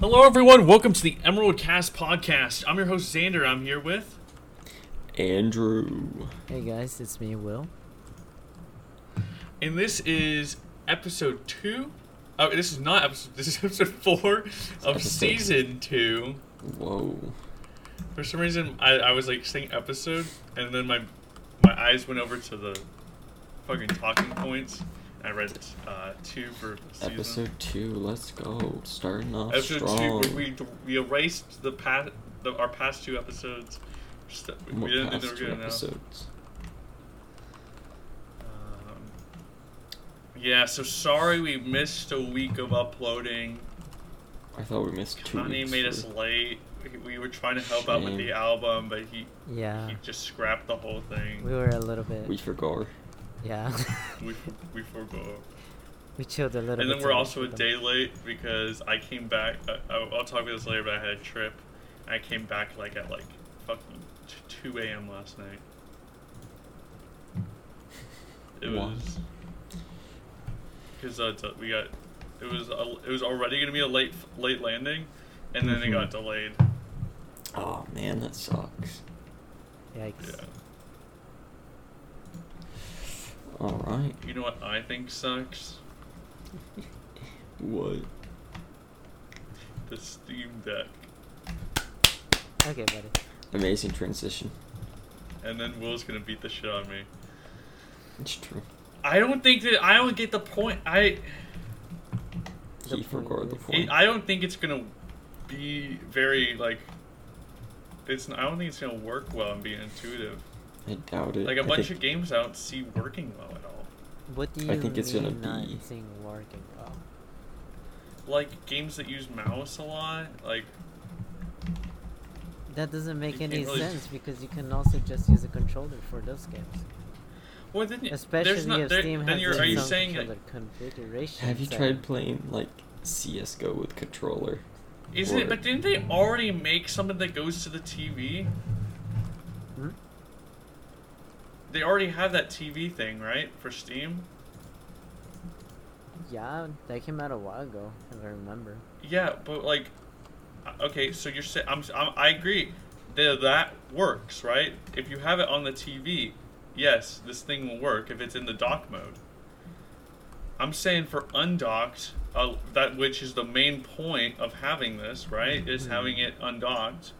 Hello, everyone. Welcome to the Emerald Cast podcast. I'm your host Xander. I'm here with Andrew. Hey guys, it's me, Will. and this is episode two. Oh, this is not episode. This is episode four of episode- season two. Whoa. For some reason, I, I was like saying episode, and then my my eyes went over to the fucking talking points. And I read uh, two for season. Episode two, let's go. Starting off episode strong. two. We, we we erased the past the, our past two episodes. Just, we What didn't think past they were two good enough. episodes? Um, yeah, so sorry we missed a week of uploading. I thought we missed two. Connie weeks made us for- late. We- We were trying to help out with the Shame. album, but he Yeah, he just scrapped the whole thing. Ah. we were a little bit. We forgot. yeah, We we forgo. we chilled a little. And bit then too we're much also a with them. day late because I came back. I, I'll I'll talk about this later, but I had a trip. I came back like at like fucking t- two a.m. last night. It Why? was because uh, t- we got it was a, it was already gonna be a late late landing, and then it Mm-hmm. Mhm. got delayed. Oh man, that sucks. Yeah. Yikes. All right. You know what I think sucks? What? The Steam Deck. Okay, buddy. Amazing transition. And then Will's gonna beat the shit out of me. It's true. I don't think that I don't get the point. I The he point forgot the is- point. It, I don't think it's gonna be very like. It's. I don't think it's gonna work well and be intuitive. I doubt it. Like a I bunch think- of games I don't see working well at all. What do you I think it's gonna mean not be- seeing working Oh, well? Like games that use mouse a lot. Like That doesn't make You any can't really- sense because you can also just use a controller for those games. well then. there's Especially not, if there, Steam then has you're, its are you own saying like, controller configuration. Have you set. tried playing like CS:GO with controller? isn't it? or- But didn't they already make something that goes to the TV? Hmm? They already have that TV thing, right, for Steam? Yeah, that came out a while ago, if I remember. Yeah, but like, uh, okay, so you're saying I'm, I'm I agree that that works, right? If you have it on the TV, yes, this thing will work if it's in the dock mode. I'm saying for undocked, uh, that which is the main point of having this, right, is Mm-hmm. Mhm. having it undocked.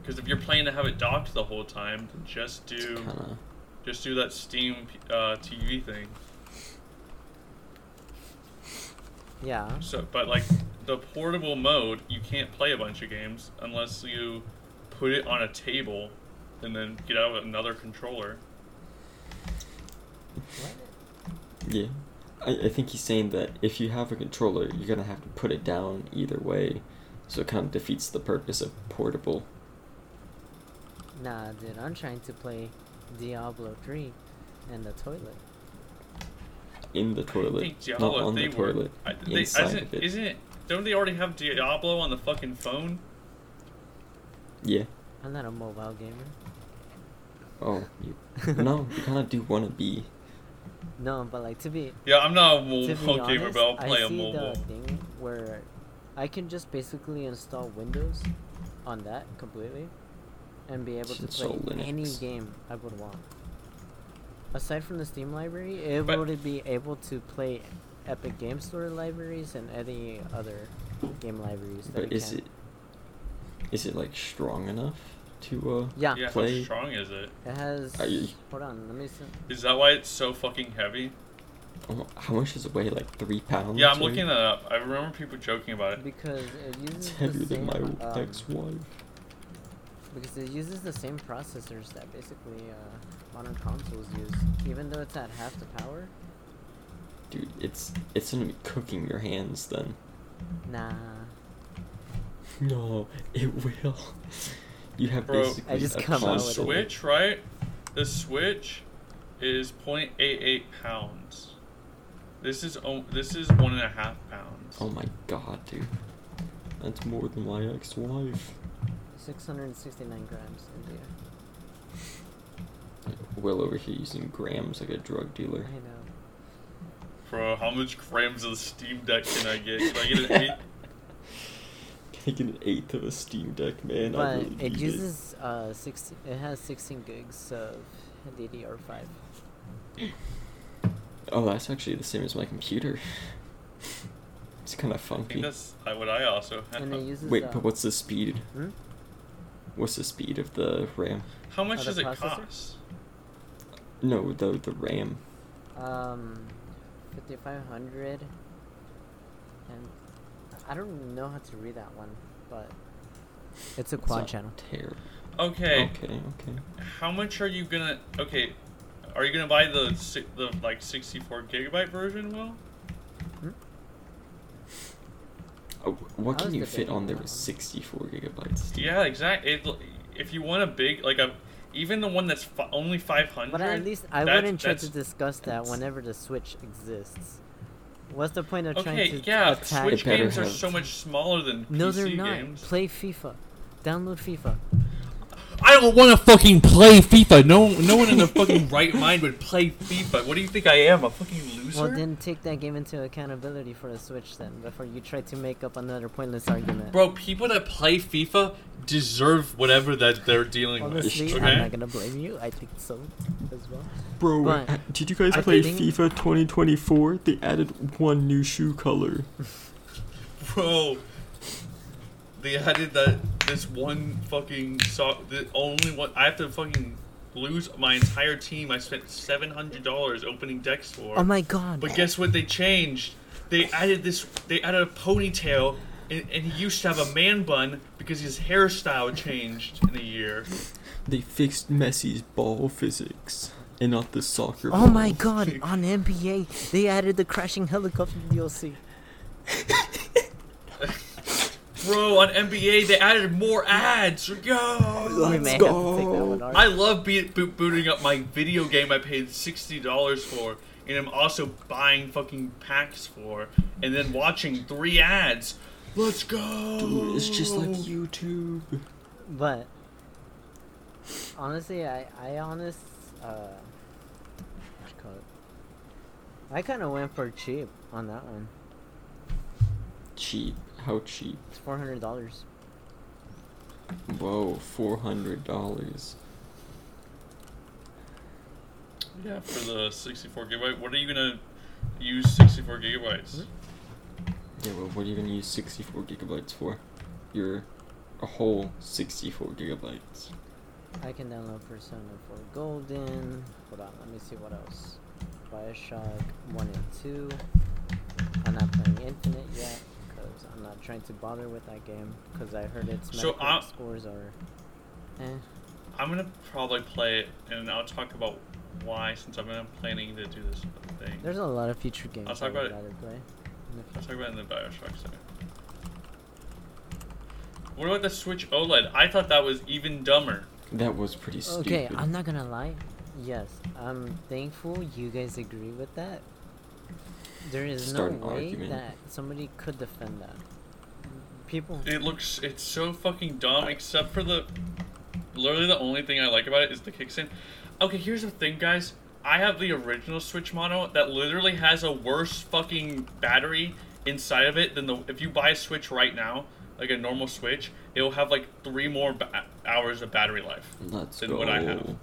Because if you're planning to have it docked the whole time, then just It's do kinda. just do that Steam uh, TV thing. Yeah. So, but like the portable mode, you can't play a bunch of games unless you put it on a table and then get out another controller. Yeah. I, I think he's saying that if you have a controller, you're gonna have to put it down either way. So it kind of defeats the purpose of portable. Nah, dude, I'm trying to play Diablo 3 in the toilet. In the I toilet. think Not Diablo, on they the were. toilet. I, they, inside isn't, of it. isn't it? Don't they already have Diablo on the fucking phone? Yeah. I'm not a mobile gamer. Oh, you. no, you kind of do want to be. No, but like to be Yeah, I'm not a to be mobile honest, gamer, but I'll play I a see mobile. the thing where I can just basically install Windows on that completely and be able Just to play install any Linux. game I would want. Aside from the Steam library, it But- would be able to play Epic Game Store libraries and any other game libraries that But we is can. it? Is it like strong enough to uh? Yeah. Yeah, how Play. strong is it? It has. Are you- Hold on, let me see. Is that why it's so fucking heavy? oh, How much does it weigh? Like three pounds. Yeah, I'm right? looking that up. I remember people joking about it. Because it It's uses heavier the than same, my um, ex-wife. because it uses the same processors that basically uh, modern consoles use, even though it's at half the power. Dude, it's it's gonna be cooking your hands then. Nah, No, it will. You have Bro, I basically just a come The out with it. console. Switch, right? The Switch is 0.88 pounds. This is o- this is one and a half pounds. Oh my god, dude. That's more than my ex-wife. 669 grams in the Will over here using grams like a drug air. dealer. I know. Bro, how much grams of the Steam Deck can I get? Can I get an eight? like an eighth of a Steam Deck, man. I but really need it uses uh six. It has 16 gigs of DDR5. Oh, that's actually the same as my computer. it's kind of I think funky. that's uh, what I also And it have. uses. Wait, uh, but what's the speed? hmm? What's the speed of the RAM? How much Oh, the does it processor? cost? No, the the RAM. Um, 5500. And I don't know how to read that one, but it's a It's quad not channel. Terrible. Okay. Okay. Okay. How much are you gonna? Okay, are you gonna buy the si- the like sixty four gigabyte version? Will Hmm? Oh, what How can is you the fit data on there on with that one? 64 gigabytes? dude? yeah, exactly. If you want a big like a even the one that's fi- only five hundred. But at least I that's, wouldn't try that's- to discuss that that's- whenever the Switch exists. What's the point of trying Okay, to yeah, attack? Switch It better games are have- so much smaller than no, PC they're not. games. Play FIFA. Download FIFA. I don't want to fucking play FIFA. No, no one in their fucking right mind would play FIFA. What do you think I am, a fucking loser? Well, then take that game into accountability for the Switch then, before you try to make up another pointless argument. Bro, people that play FIFA deserve whatever that they're dealing Honestly, with. I'm Okay. not gonna blame you. I think so as well. Bro, But- uh, did you guys I play think- FIFA 2024? They added one new shoe color. Bro, they added that this one fucking sock. The only one I have to fucking lose my entire team. I spent seven hundred dollars opening decks for. Oh my god. But guess what they changed? They added this. They added a ponytail, and, and he used to have a man bun because his hairstyle changed in a year. They fixed Messi's ball physics and not the soccer. Oh my ball. god, on NBA, they added the crashing helicopter DLC. Bro, on NBA they added more ads. Yo, we Let's may have to take that one go. Ari. I love be- bo- booting up my video game I paid sixty dollars for, and I'm also buying fucking packs for, and then watching three ads. Let's go. Dude, it's just like YouTube. But honestly, I I honest uh, what you call it? I kind of went for cheap on that one. Cheap. How cheap? It's four hundred dollars. Whoa, four hundred dollars. Yeah, for the 64 gigabyte. What are you gonna use 64 gigabytes? Yeah, well, what are you gonna use sixty-four gigabytes for? Your a whole sixty-four gigabytes. I can download Persona 4 Golden. Hold on, let me see what else. Bioshock 1 and 2. I'm not playing Infinite yet because I'm not trying to bother with that game because I heard its So, Metacritic uh, scores are. Eh. I'm gonna probably play it, and I'll talk about why since I'm not planning to do this thing. There's a lot of future games talk I would about it. rather play. in the I'll future. talk about it in the Bioshock side. What about the Switch OLED? I thought that was even dumber. That was pretty stupid. Okay, I'm not gonna lie. Yes, I'm thankful you guys agree with that. There is Start an no way argument. that somebody could defend that. People. It looks, it's so fucking dumb, except for the. Literally, the only thing I like about it is the kickstand. Okay, here's the thing, guys. I have the original Switch Mono that literally has a worse fucking battery inside of it than the. If you buy a Switch right now, like a normal Switch, it will have like three more ba- hours of battery life Let's than go. what I have.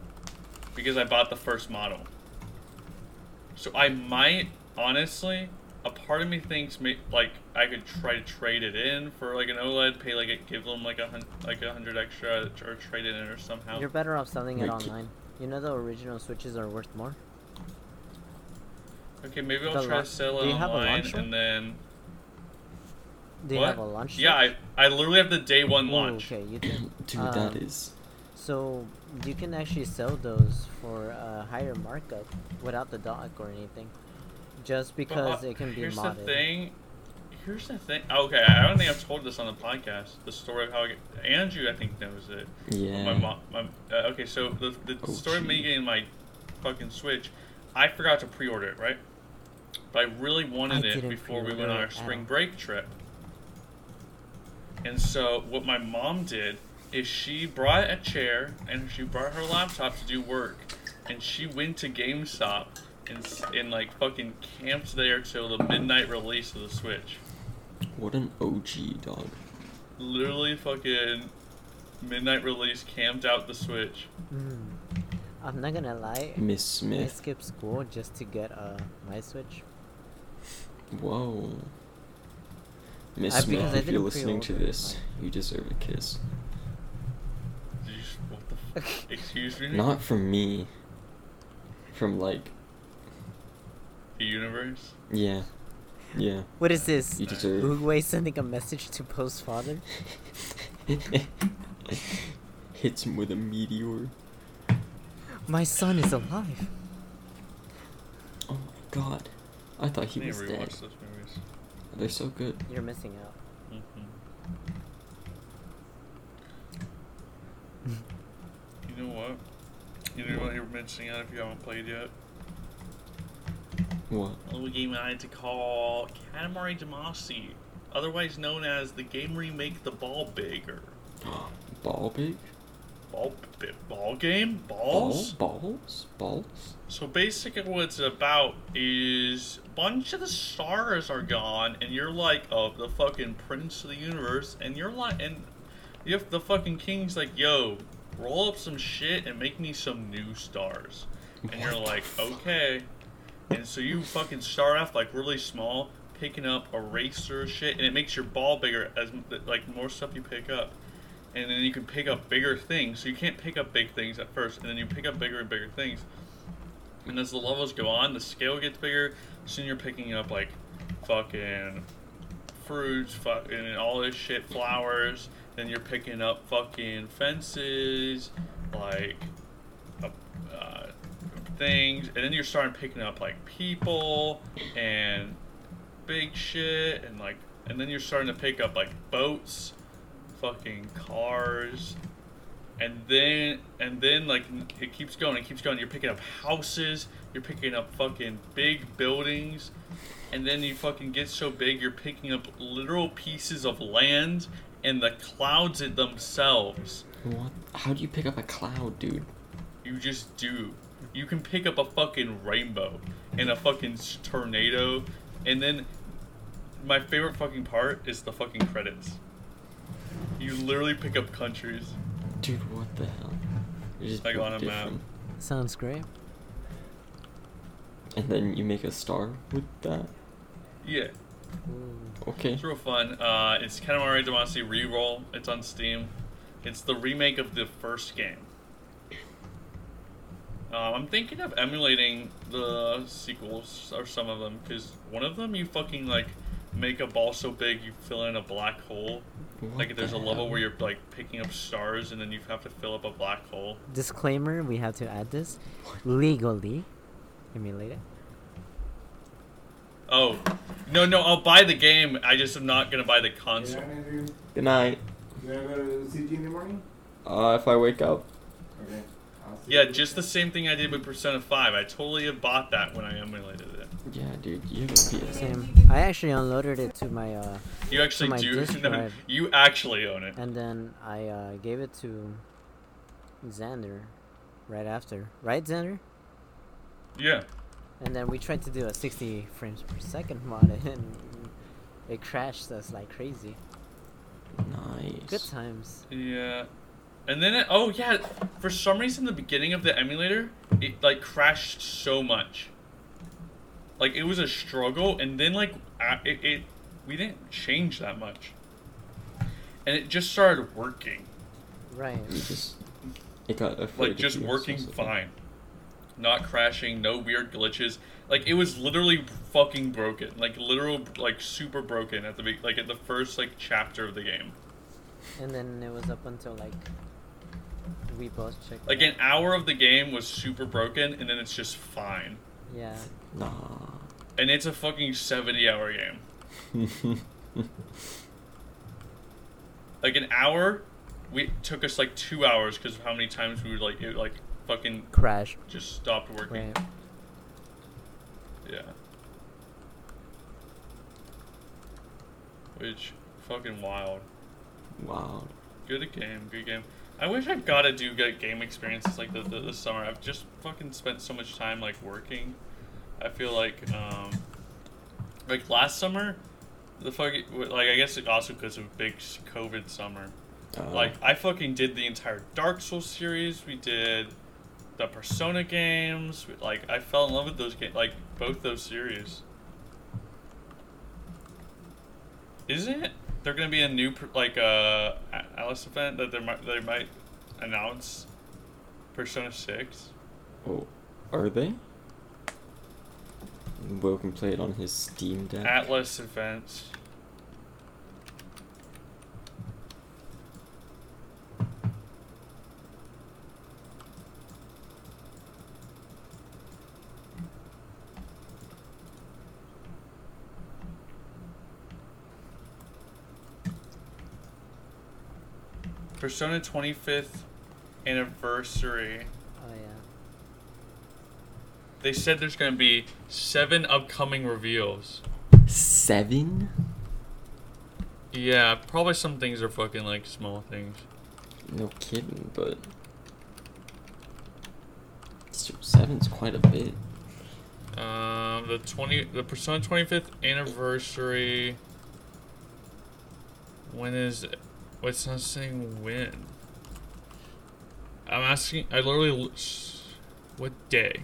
because I bought the first model. So I might, honestly, a part of me thinks may, like I could try to trade it in for like an OLED, pay like a, give them like a hun- like a hundred extra or trade it in or somehow. You're better off selling it Like- online. You know the original switches are worth more. Okay, maybe I'll The try la- to sell it do you have a online launcher? and then Do you what? have a launch? Yeah, I, I literally have the day one Ooh, launch. Okay, you do. Dude, that Um, is. So you can actually sell those for a higher markup without the dock or anything, just But, because uh, it can be here's modded. the thing. Here's the thing. Okay, I don't think I've told this on the podcast. The story of how I get, Andrew, I think, knows it. Yeah. My mom. My, uh, okay, so the, the Oh, story of me gee. getting my fucking Switch, I forgot to pre-order it, right? But I really wanted I it didn't before we went pre-order on it our at spring all. break trip. And so what my mom did is she brought a chair and she brought her laptop to do work, and she went to GameStop and s- and like fucking camped there till the midnight release of the Switch. What an OG dog. literally fucking midnight release camped out the Switch. Mm. I'm not gonna lie. Miss I Smith. skipped school just to get uh my Switch. Whoa. Miss I- because Smith, I if you're didn't listening to pre-order it, this, like- you deserve a kiss. Did you, s- what the f- Excuse me? Not from me. From like, the universe. yeah, yeah. What is this? You deserve. Uruguay sending a message to Poe's father. Hits him with a meteor. My son is alive. Oh my god! I thought he I need was to dead. rewatch those movies. They're so good. You're missing out. hmm You know what? You know what you're missing out if you haven't played yet? What? A little game I like to call Katamari Damacy, otherwise known as the game remake The Ball Bigger. Ball big? Ball, bi- ball game? Ball? Balls? Balls? Balls? So basically, what it's about is a bunch of the stars are gone, and you're like, oh, the fucking prince of the universe, and you're like, and if the fucking king's like, yo, roll up some shit and make me some new stars, and you're What the like, fuck? okay, and so you fucking start off like really small, picking up eraser shit, and it makes your ball bigger as like more stuff you pick up. And then you can pick up bigger things. So you can't pick up big things at first, and then you pick up bigger and bigger things. And as the levels go on, the scale gets bigger. Soon you're picking up like fucking fruits, fucking all this shit, flowers. Then you're picking up fucking fences, like uh, uh, things, and then you're starting picking up like people and big shit, and like, and then you're starting to pick up like boats, fucking cars, and then and then like it keeps going it keeps going you're picking up houses you're picking up fucking big buildings and then you fucking get so big you're picking up literal pieces of land and the clouds it themselves What? How do you pick up a cloud, dude? you just do you can pick up a fucking rainbow and a fucking s- tornado and then my favorite fucking part is the fucking credits you literally pick up countries Dude, what the hell? You're just Like built on a map. different. Sounds great. And then you make a star with that. yeah Ooh. Okay. It's real fun. Uh, it's Katamari Damacy Reroll. It's on Steam. It's the remake of the first game. Um, I'm thinking of emulating the sequels or some of them because one of them you fucking like make a ball so big you fill in a black hole. What like there's a the level hell? where you're like picking up stars and then you have to fill up a black hole. Disclaimer: We have to add this legally. Emulate it. Oh, no, no, I'll buy the game. I just am not gonna buy the You console. not gonna do- Good night. you not gonna go to CG in the morning? Uh, if I wake up, Okay. I'll see Yeah, you. just the same thing I did with Persona 5. I totally have bought that when I emulated it. yeah, dude, you have a PS. Same. I actually unloaded it to my uh, You actually my do. disk no, drive. you actually own it. and then I uh, gave it to Xander right after. Right, Xander? Yeah. And then we tried to do a 60 frames per second mod, and it crashed us like crazy. Nice. Good times. Yeah. And then it, oh yeah, for some reason the beginning of the emulator it like crashed so much. Like it was a struggle, and then like I, it, it we didn't change that much, and it just started working, Right. You just. It got afraid like of just you or working something. fine, not crashing, no weird glitches. Like it was literally fucking broken, like literal like super broken at the be- like at the first like chapter of the game. And then it was up until like we both checked. Like it an hour of the game was super broken, and then it's just fine. out. Yeah. Nah. And it's a fucking seventy-hour game. Like an hour, we took us like two hours because of how many times we would like it like fucking Crash. just stopped working. Right. Yeah. Which fucking wild. wow. Good game, good game. I wish I gotta do good game experiences like this this summer. I've just fucking spent so much time like working. I feel like um like last summer the fuck, like I guess it also because of big s- COVID summer. Uh, Like I fucking did the entire Dark Souls series. We did the Persona games. We- Like I fell in love with those games. Like both those series. Isn't it? There gonna be a new per- like uh, a- Alice event that they might they might announce Persona Six. oh, are they? Will can play it on his Steam Deck. Atlas events. Persona 25th anniversary. Oh yeah. They said there's going to be seven upcoming reveals. Seven? Yeah, probably some things are fucking like small things. No kidding, but still, seven's quite a bit. Um, the twenty, the Persona twenty fifth anniversary. When is it? Well, it's not saying when. I'm asking. I literally. l- s- What day?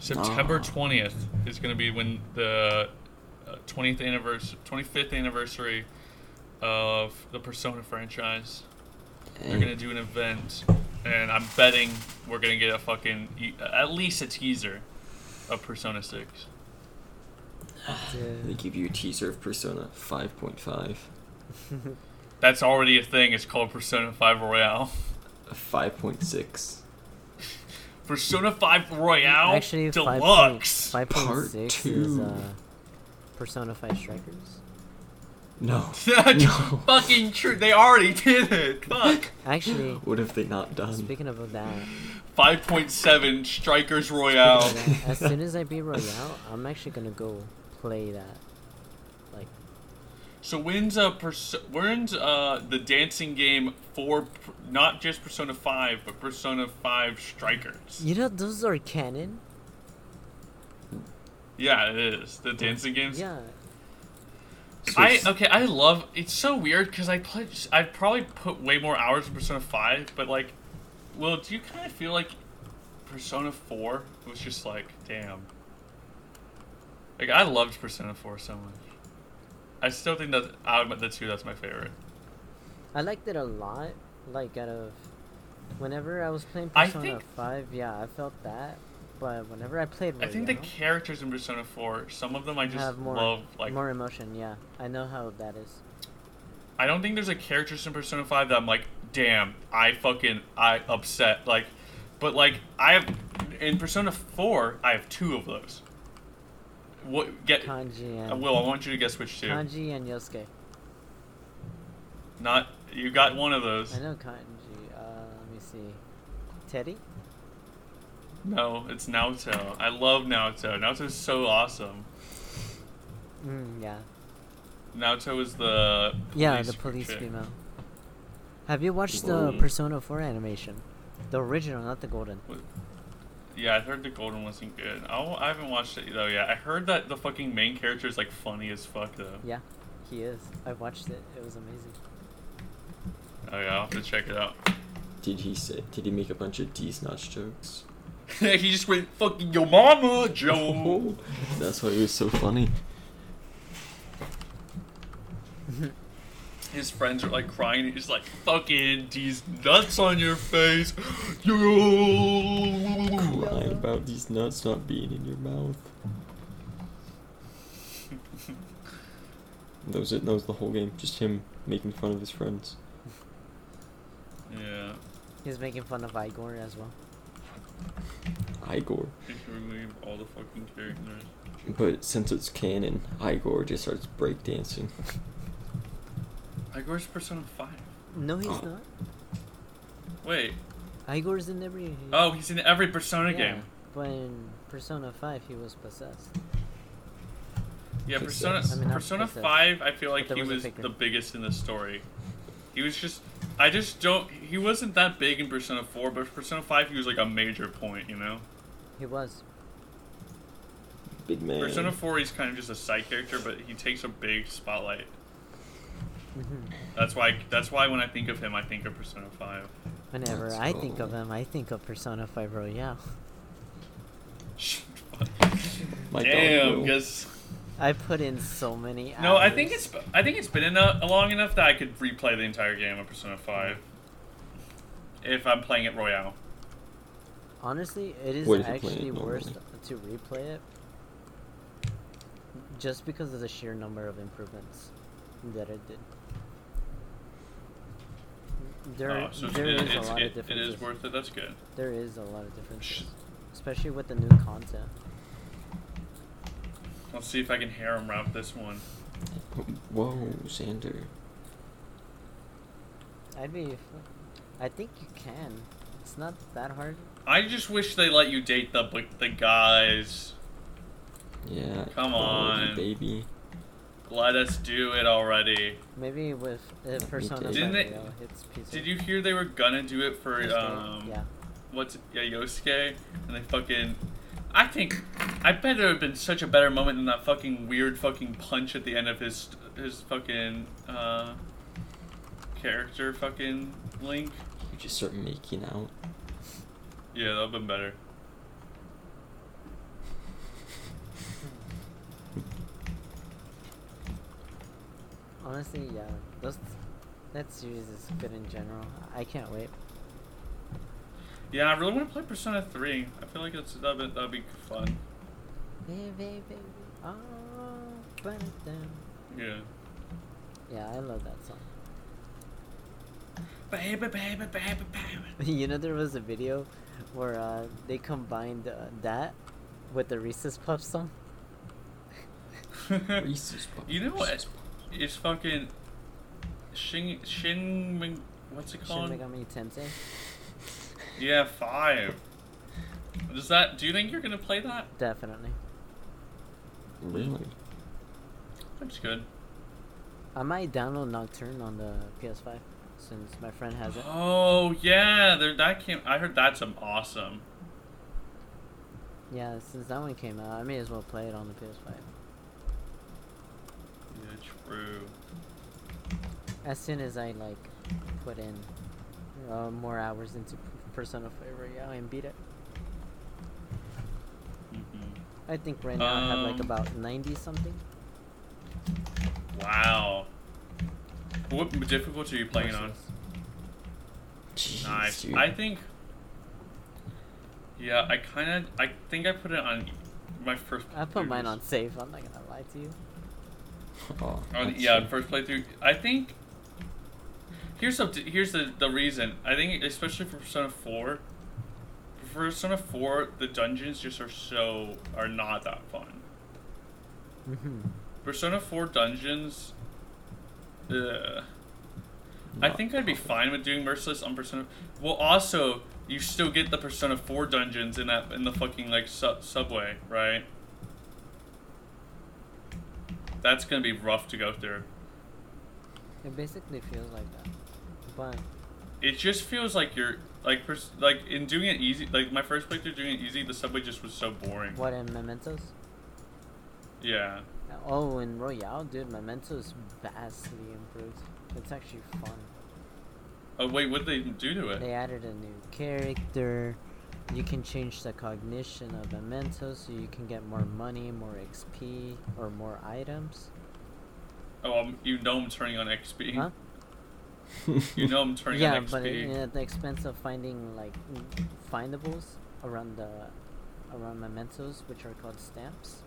September Ah. twentieth is going to be when the uh, twentieth anniversary, twenty fifth anniversary of the Persona franchise. They're And- gonna do an event, and I'm betting we're gonna get a fucking e- at least a teaser of Persona Six. They Dude. give you a teaser of Persona 5.5. That's already a thing. It's called Persona Five Royale. 5.6. Persona Five Royale Actually, Deluxe. five point Part six is two. uh, Persona Five Strikers. No. That's No. fucking true. They already did it. Fuck. Actually, What have they not done? speaking of that, Five point seven Strikers Royale. Yeah, as soon as I beat Royale, I'm actually gonna go play that. Like, So when's uh Perso- when's uh the dancing game for pr- not just Persona Five but Persona Five Strikers? you know, those are canon. Yeah, it is the dancing games. Yeah, I Switch- okay. I love. It's so weird because I play. I probably put way more hours in Persona Five, but like, well, do you kind of feel like Persona Four was just like, damn. Like I loved Persona Four so much. I still think that out of the two, that's my favorite. I liked it a lot. Like, out of whenever I was playing I Persona think- Five, yeah, I felt that. But whenever I played I Royale, think the characters in Persona Four, some of them I just have more love. Like more emotion. Yeah, I know how that is. I don't think there's a character in Persona 5 that I'm like, damn, I fucking I upset. Like but like I have in Persona 4, I have two of those. What get Kanji uh, and Will, I want you to guess which two. Kanji and Yosuke. Not you got one of those. I know Kanji. Uh, let me see. Teddy. No, it's Naoto. I love Naoto. Naoto's so awesome. Mm, yeah. Naoto is the Yeah, the police police chick. female. Have you watched the Whoa. Persona 4 animation? The original, not the golden. Yeah, I heard the golden wasn't good. I, w- I haven't watched it though. Yeah, I heard that the fucking main character is like funny as fuck though. Yeah, he is. I watched it. It was amazing. Oh yeah, I'll have to check it out. Did he say? Did he make a bunch of D's nuts jokes? he just went fucking your mama, Joe. Oh, that's why he was so funny. His friends are like crying. He's like fucking these nuts on your face, yo. Crying about these nuts not being in your mouth. That was it. That was the whole game. Just him making fun of his friends. Yeah, He's making fun of Igor as well. Igor. you should remove all the fucking characters. But since it's canon, Igor just starts breakdancing. Igor's Persona Five. No, he's Oh. not. Wait, Igor's in every. oh, he's in every Persona Mm. yeah, game. But in Persona 5, he was possessed. Yeah, Persona Possessed. I mean, not Persona possessed, Five. I feel like there he was a was figure. the biggest in the story. He was just. I just don't. He wasn't that big in Persona Four, but Persona Five, he was like a major point. You know. He was. Big man. Persona 4 is kind of just a side character, but he takes a big spotlight. Mhm. That's why. That's why when I think of him, I think of Persona 5. Whenever Let's I think of go. them, I think of Persona 5 Royale. My dog Damn, will. because I put in so many hours. no, I think it's I think it's been enough long enough that I could replay the entire game of Persona 5 if I'm playing it Royale. Honestly, it is What if you play it actually worse normally? to replay it just because of the sheer number of improvements that it did. There, Oh, so there it- is a it's- lot it- of it differences. is worth it. That's good. There is a lot of Sh- differences, especially with the new content. Let's see if I can hair him wrap this one. Whoa, Xander. I'd be, f- I think you can. It's not that hard. I just wish they let you date the like, the guys. Yeah. Come oh, you on. baby. Let us do it already. Maybe with uh, me Persona too. 5 Didn't they- Royale, it's piece Did you hear they were gonna do it for um yeah. what's yeah Yosuke and they fucking I think I bet there would have been such a better moment than that fucking weird fucking punch at the end of his his fucking uh character fucking link. You just start making out. Yeah, that would have been better. Honestly, yeah, those that series is good in general. I can't wait. Yeah, I really want to play Persona 3. I feel like it's that'd be, that'd be fun. Baby, baby, oh, ba-da-dum. Yeah. Yeah, I love that song. Baby, baby, baby, baby. you know, there was a video where uh, they combined uh, that with the Reese's Puff song. Reese's Puffs. You know what? It's fucking Shin Shin Meg- what's it Shin called? Megami Tensei. Yeah, five. Does that? Do you think you're gonna play that? Definitely. Really? That's good. I might download Nocturne on the PS5 since my friend has it. Oh yeah, there. That came. I heard that's um, awesome. Yeah, since that one came out, I may as well play it on the PS5. Yeah, true. As soon as I like put in uh, more hours into Persona 5 Royale and beat it. hmm I think right now I have like Um, about 90 something. Wow. What difficulty are you playing it on? versus. Jeez, Nice. dude. I think. Yeah, I kind of. I think I put it on my first. I put mine playthroughs. on safe, I'm not gonna lie to you. Oh, On, that's yeah, so- first playthrough. I think here's the here's the the reason. I think especially for Persona Four, for Persona Four, the dungeons just are so are not that fun. Mm-hmm. Persona Four dungeons. uh, Ugh. I not think I'd be proper. fine with doing merciless on Persona. Well, also you still get the Persona Four dungeons in that in the fucking like su- subway, right? That's gonna be rough to go through. It basically feels like that. But it just feels like you're like pers- like in doing it easy like my first playthrough doing it easy the subway just was so boring what in Mementos? yeah Oh, in Royale, dude, Mementos vastly improved. It's actually fun. oh wait what did they do to it They added a new character. You can change the cognition of Mementos so you can get more money, more XP, or more items. oh I'm, you know i'm turning on xp Huh? you know i'm turning yeah, on xp but it, at the expense of finding like n- findables around the around mementos, which are called stamps.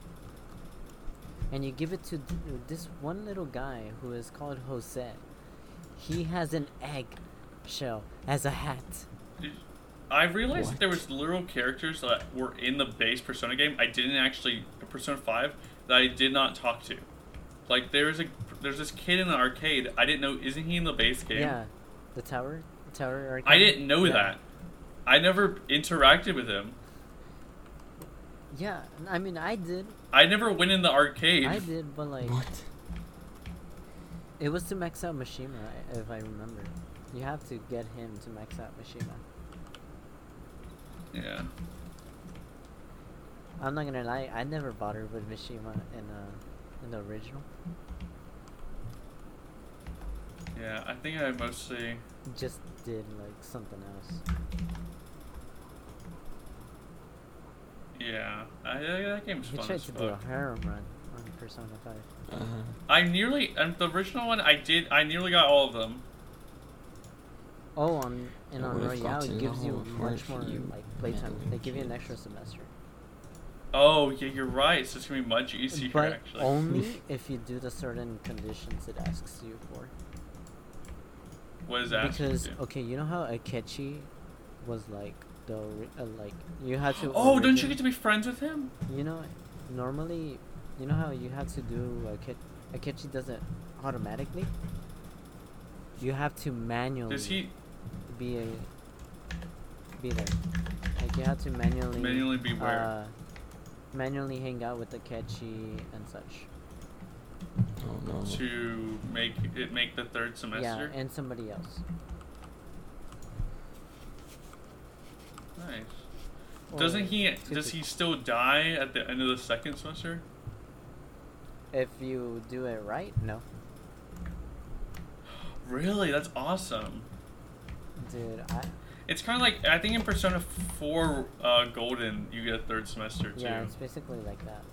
And you give it to th- this one little guy who is called Jose. He has an egg shell as a hat. i realized What? that there was literal characters that were in the base persona game i didn't actually persona 5 that i did not talk to like there's a there's this kid in the arcade i didn't know isn't he in the base game Yeah, the tower, tower. Arcade. i didn't know Yeah. that i never interacted with him Yeah, n- I mean I did, i never went in the arcade I did, but like What? it was to max out Mishima, i- if I remember. You have to get him to max out Mishima. Yeah. I'm not gonna lie, I never bothered with Mishima in uh in the original. Yeah, I think I mostly. Just did like something else. Yeah, I, I- that game's He fun tried as to do a fuck. harem run on Persona Five. Uh, I nearly and the original one I did I nearly got all of them. Oh, on and I on would've Royale gotten it gives you all of much mine more for you, like playtime. meddling They give you an kids. extra semester, Oh yeah, you're right. So it's gonna be much easier but actually. only if you do the certain conditions it asks you for. what is that? Because okay, you know how Akechi was like the ori- uh, like you had to. Oh, don't you origin- get to be friends with him? You know, normally, you know how you have to do a catch. A catchy does it automatically. You have to manually Does he be a be there. Like you have to manually manually beware? uh, manually hang out with the catchy and such. oh no. to make it make the third semester. Yeah, and somebody else. nice. Or Doesn't he? two Does he people. still die at the end of the second semester? If you do it right, no, Really? That's awesome. dude. I It's kind of like I think in Persona Four uh, Golden, you get a third semester too. yeah, it's basically like that.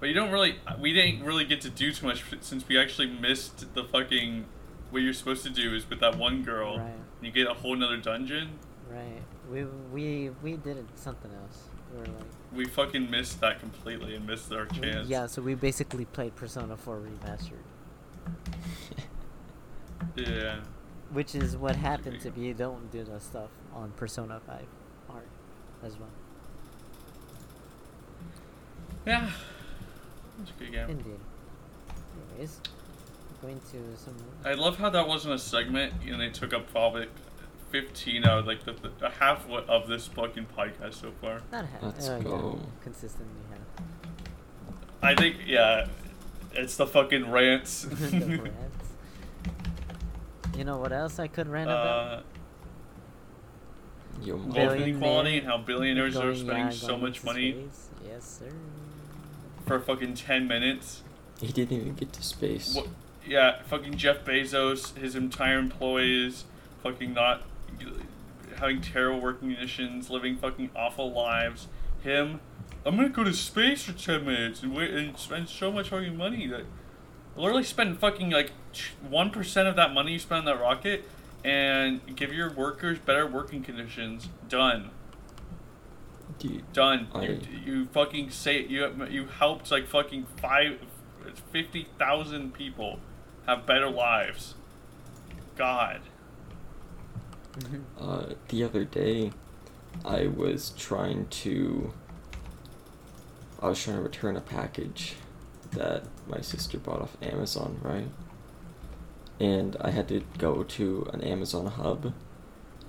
But you don't really. We didn't really get to do too much since we actually missed the fucking. What you're supposed to do is with that one girl, Right. you get a whole nother dungeon. Right. We we we did it something else. We were like. We fucking missed that completely and missed our We- chance. Yeah, so we basically played Persona 4 Remastered, Yeah. which is what a good happens if game. you don't do the stuff on Persona 5 art as well. Yeah. That's a good game. Indeed. Anyways, going to some. I love how that wasn't a segment, and they took up probably fifteen out of like the, the half wa- of this fucking podcast so far. Not half. Let's uh, yeah, go. consistently half. I think yeah, it's the fucking rants. The rants. You know what else I could rant about? uh, Yo, wealth Billion- inequality and how billionaires are Going- spending yeah, so going much into money space. Yes, sir. for fucking ten minutes. he didn't even get to space. What? Yeah, fucking Jeff Bezos, his entire employees, fucking not having terrible working conditions, living fucking awful lives. Him, I'm gonna go to space for ten minutes and wait and spend so much fucking money that literally spend fucking like one percent of that money you spend on that rocket and give your workers better working conditions. Done. Dude, Done. I- You, you fucking say you you helped like fucking five, fifty thousand people have better lives. God. uh, the other day, I was trying to. I was trying to return a package that my sister bought off Amazon, right? And I had to go to an Amazon hub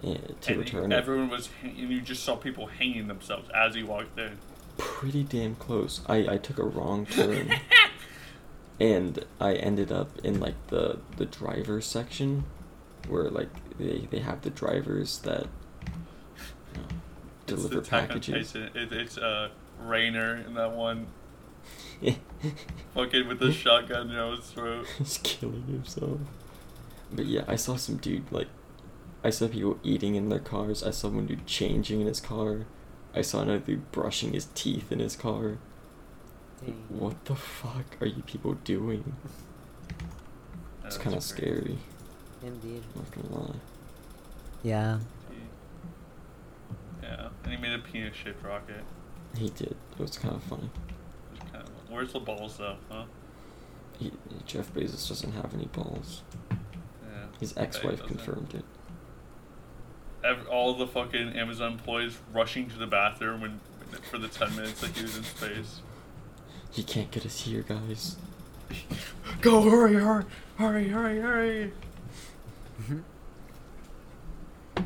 eh, to and return it. everyone was, hang- and you just saw people hanging themselves as he walked in. pretty damn close. I, I took a wrong turn. and I ended up in like the the driver section where like they, they have the drivers that you know, deliver it's the Attack on packages. Titan- It, it's uh, Rainer in that one, fucking with Hmm? the shotgun down his throat. He's killing himself. But yeah, I saw some dude like I saw people eating in their cars, I saw one dude changing in his car, I saw another dude brushing his teeth in his car. Like, Dang. What the fuck are you people doing? It's That's kind of crazy. scary. Indeed. I'm not gonna lie. Yeah. Yeah, and he made a penis shaped rocket. He did. It was kind of funny. It's kind of, where's the balls though, huh? He, Jeff Bezos doesn't have any balls. Yeah. His Okay, ex-wife doesn't- confirmed it. ev- all the fucking Amazon employees rushing to the bathroom when for the ten minutes like he was in space. He can't get us here, guys. Go hurry, hurry, hurry, hurry, hurry! That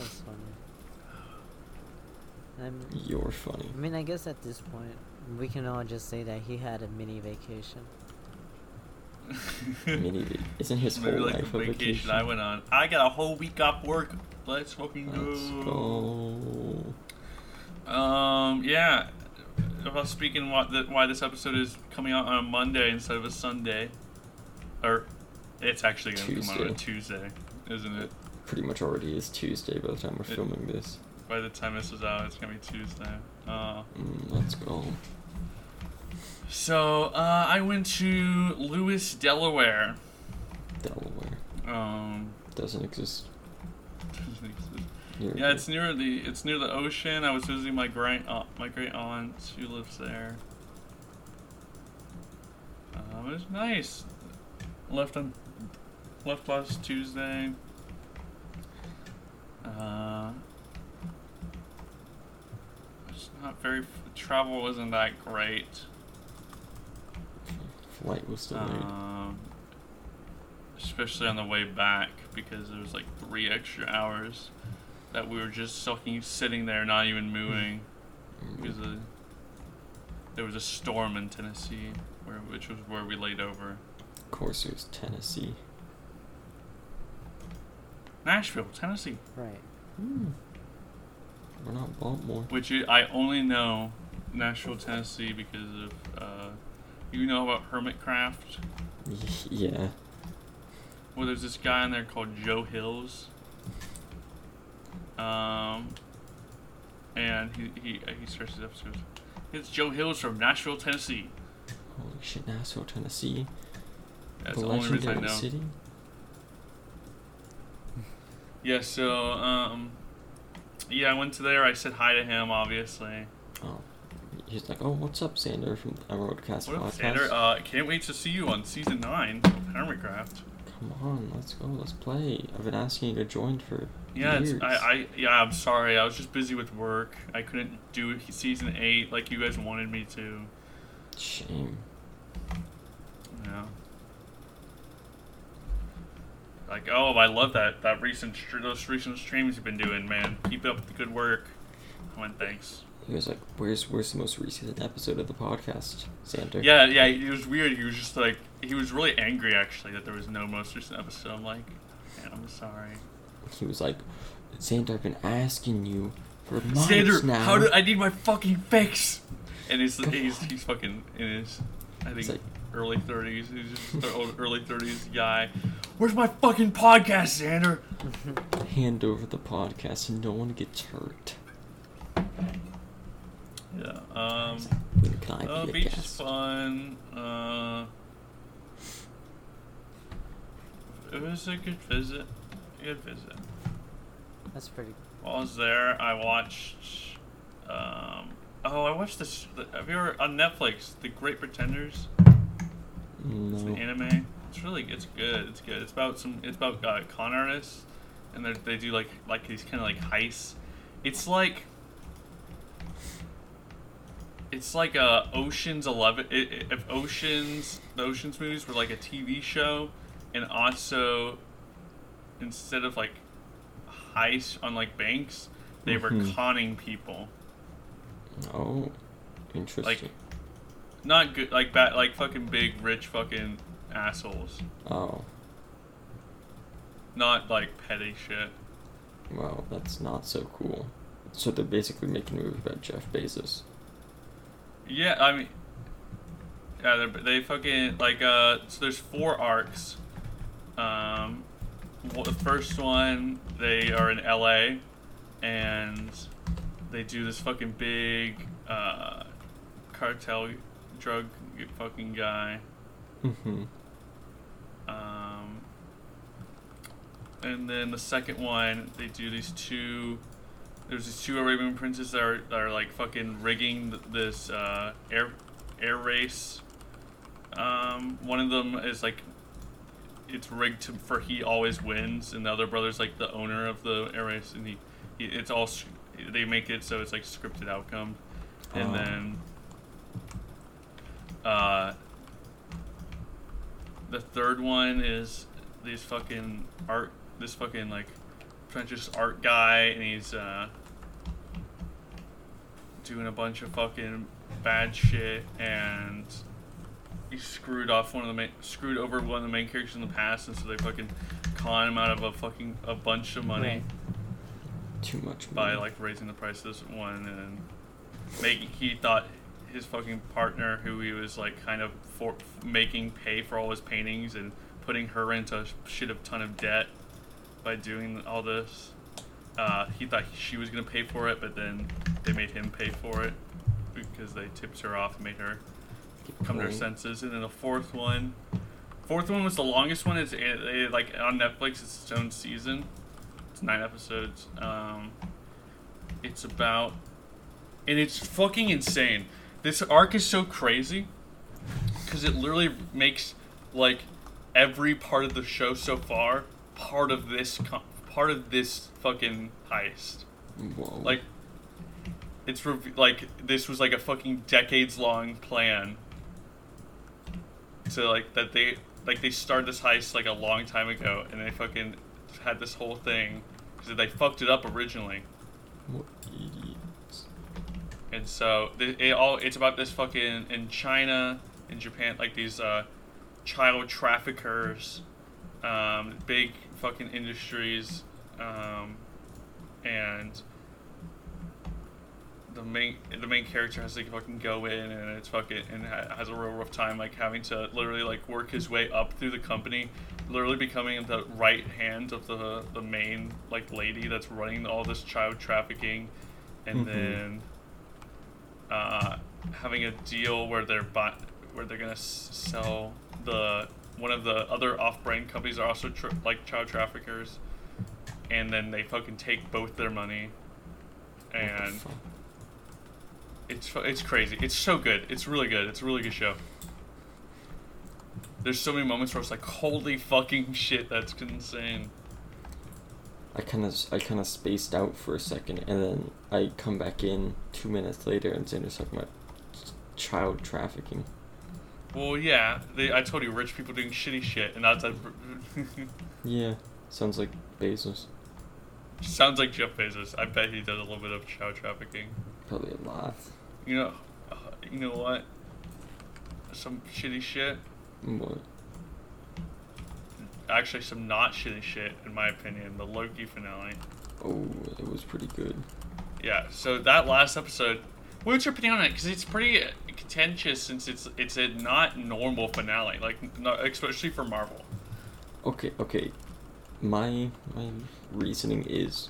was funny. I'm You're funny. I mean, I guess at this point, we can all just say that he had a mini vacation. Mini va- isn't his Maybe whole like life the a vacation, vacation? I went on. I got a whole week off work. Let's fucking Let's go. go. Uh, Um, yeah. About speaking why, th- why this episode is coming out on a Monday instead of a Sunday, or it's actually going to come out on a Tuesday, isn't it? Pretty much already is Tuesday by the time we're It- filming this. By the time this is out, it's going to be Tuesday. Uh, Mm, let's go. so uh, I went to Lewis, Delaware. Delaware Um, doesn't exist. Here we yeah, go. it's near the it's near the ocean. I was visiting my great aunt, my great aunt who lives there. Um, it was nice. Left on left last Tuesday. Uh, it's not very travel wasn't that great. flight was delayed. Um, especially on the way back because there was like three extra hours that we were just fucking sitting there, not even moving because the, there was a storm in Tennessee, where which was where we laid over. of course, it was Tennessee. Nashville, Tennessee, Right. We're not Baltimore. which I I only know Nashville, Tennessee because of uh, you know about Hermit Craft. yeah, Well, there's this guy in there called Joe Hills. Um, and he he uh, he starts his episodes. It's Joe Hills from Nashville, Tennessee. holy shit, Nashville, Tennessee, That's the the only reason I legendary know. city. Yeah. So um, yeah, I went to there. I said hi to him, obviously. Oh, he's like, oh, what's up, Sander from the Emerald Cast What up, podcast? Sander? Uh, can't wait to see you on season nine of Hermitcraft. Come on, let's go, let's play. I've been asking you to join for Yeah, it's, years. I, I, yeah, I'm sorry. I was just busy with work. I couldn't do season eight like you guys wanted me to. Shame. Yeah. Like, oh, I love that that recent str- those recent streams you've been doing, man. Keep up the good work. I went, thanks. He was like, where's where's the most recent episode of the podcast, Sander? Yeah, yeah, it was weird. He was just like, he was really angry actually that there was no most recent episode. I'm like, man, I'm sorry. He was like, Xander, I've been asking you for months Xander, now. how do I need my fucking fix? And he's he's, he's fucking in his, I think, It's like- early 30s. He's just an old- early 30s guy. Where's my fucking podcast, Xander? hand over the podcast and no one gets hurt? Yeah. Um. When can I Oh, be a beach is guest? fun. Uh, it was a good visit. Good visit. That's pretty. While I was there, I watched. Um, oh, I watched this. The, have you ever on Netflix? The Great Pretenders. It's an No. anime. It's really it's good. It's good. It's about some. It's about uh, con artists, and they they do like like these kind of like heists. It's like. It's like a Ocean's Eleven. i- i- If Ocean's the Ocean's movies were like a TV show, and also instead of like heists on like banks, they were Mhm. conning people. Oh, interesting. Not good. Like bat. Like fucking big rich fucking assholes. oh, Not like petty shit. wow, that's not so cool. So they're basically making a movie about Jeff Bezos. Yeah, I mean, yeah, they're, they fucking like uh. So there's four arcs. Um, wh- the first one they are in L.A. and they do this fucking big uh, cartel drug fucking guy. Mm-hmm. Um, and then the second one, they do these two. There's these two Arabian princes that are, that are like fucking rigging th- this uh, air air race. Um, one of them is like it's rigged to, for he always wins, and the other brother's like the owner of the air race, and he, he it's all s- they make it so it's like scripted outcome, and Oh. then uh, the third one is these fucking art, this fucking like pretentious art guy, and he's uh, doing a bunch of fucking bad shit, and he screwed off one of the main, screwed over one of the main characters in the past, and so they fucking con him out of a fucking a bunch of money Right. Too much by money. like raising the price of this one, and making he thought his fucking partner, who he was like kind of for making pay for all his paintings and putting her into a shit of ton of debt by doing all this. Uh, he thought she was gonna pay for it, but then they made him pay for it because they tipped her off and made her come to her Right. senses. And then the fourth one, fourth one was the longest one. It's it, it, like on Netflix. It's its own season. It's nine episodes. Um, it's about, and it's fucking insane. This arc is so crazy because it literally makes like every part of the show so far part of this com- part of this fucking heist. Whoa. Like, it's rev- like this was like a fucking decades long plan. To like that they like they started this heist like a long time ago, and they fucking had this whole thing because they fucked it up originally, What idiots. and so th- it all it's about this fucking in China in Japan like these uh, child traffickers, um, big fucking industries, um, and the main the main character has to fucking go in and it's fucking and ha- has a real rough time like having to literally like work his way up through the company, literally becoming the right hand of the the main like lady that's running all this child trafficking, and Mhm. then uh, having a deal where they're buy- where they're gonna s- sell the one of the other off-brand companies are also tr like child traffickers, and then they fucking take both their money. What the And fuck? it's fu- it's crazy. It's so good. It's really good. It's a really good show. There's so many moments where it's like, holy fucking shit, that's insane. I kind of I kind of spaced out for a second, and then I come back in two minutes later and Xander's talking about child trafficking. Well, yeah, they, I told you, rich people doing shitty shit, and that's a, Yeah, sounds like Bezos. sounds like Jeff Bezos. I bet he does a little bit of child trafficking. Probably a lot. You know, uh, you know what? Some shitty shit. What? Actually, some not shitty shit, in my opinion. The Loki finale. Oh, it was pretty good. Yeah. So that last episode, what's your opinion on it? Because it's pretty contentious since it's it's a not normal finale, like no, especially for Marvel. Okay, okay. My my reasoning is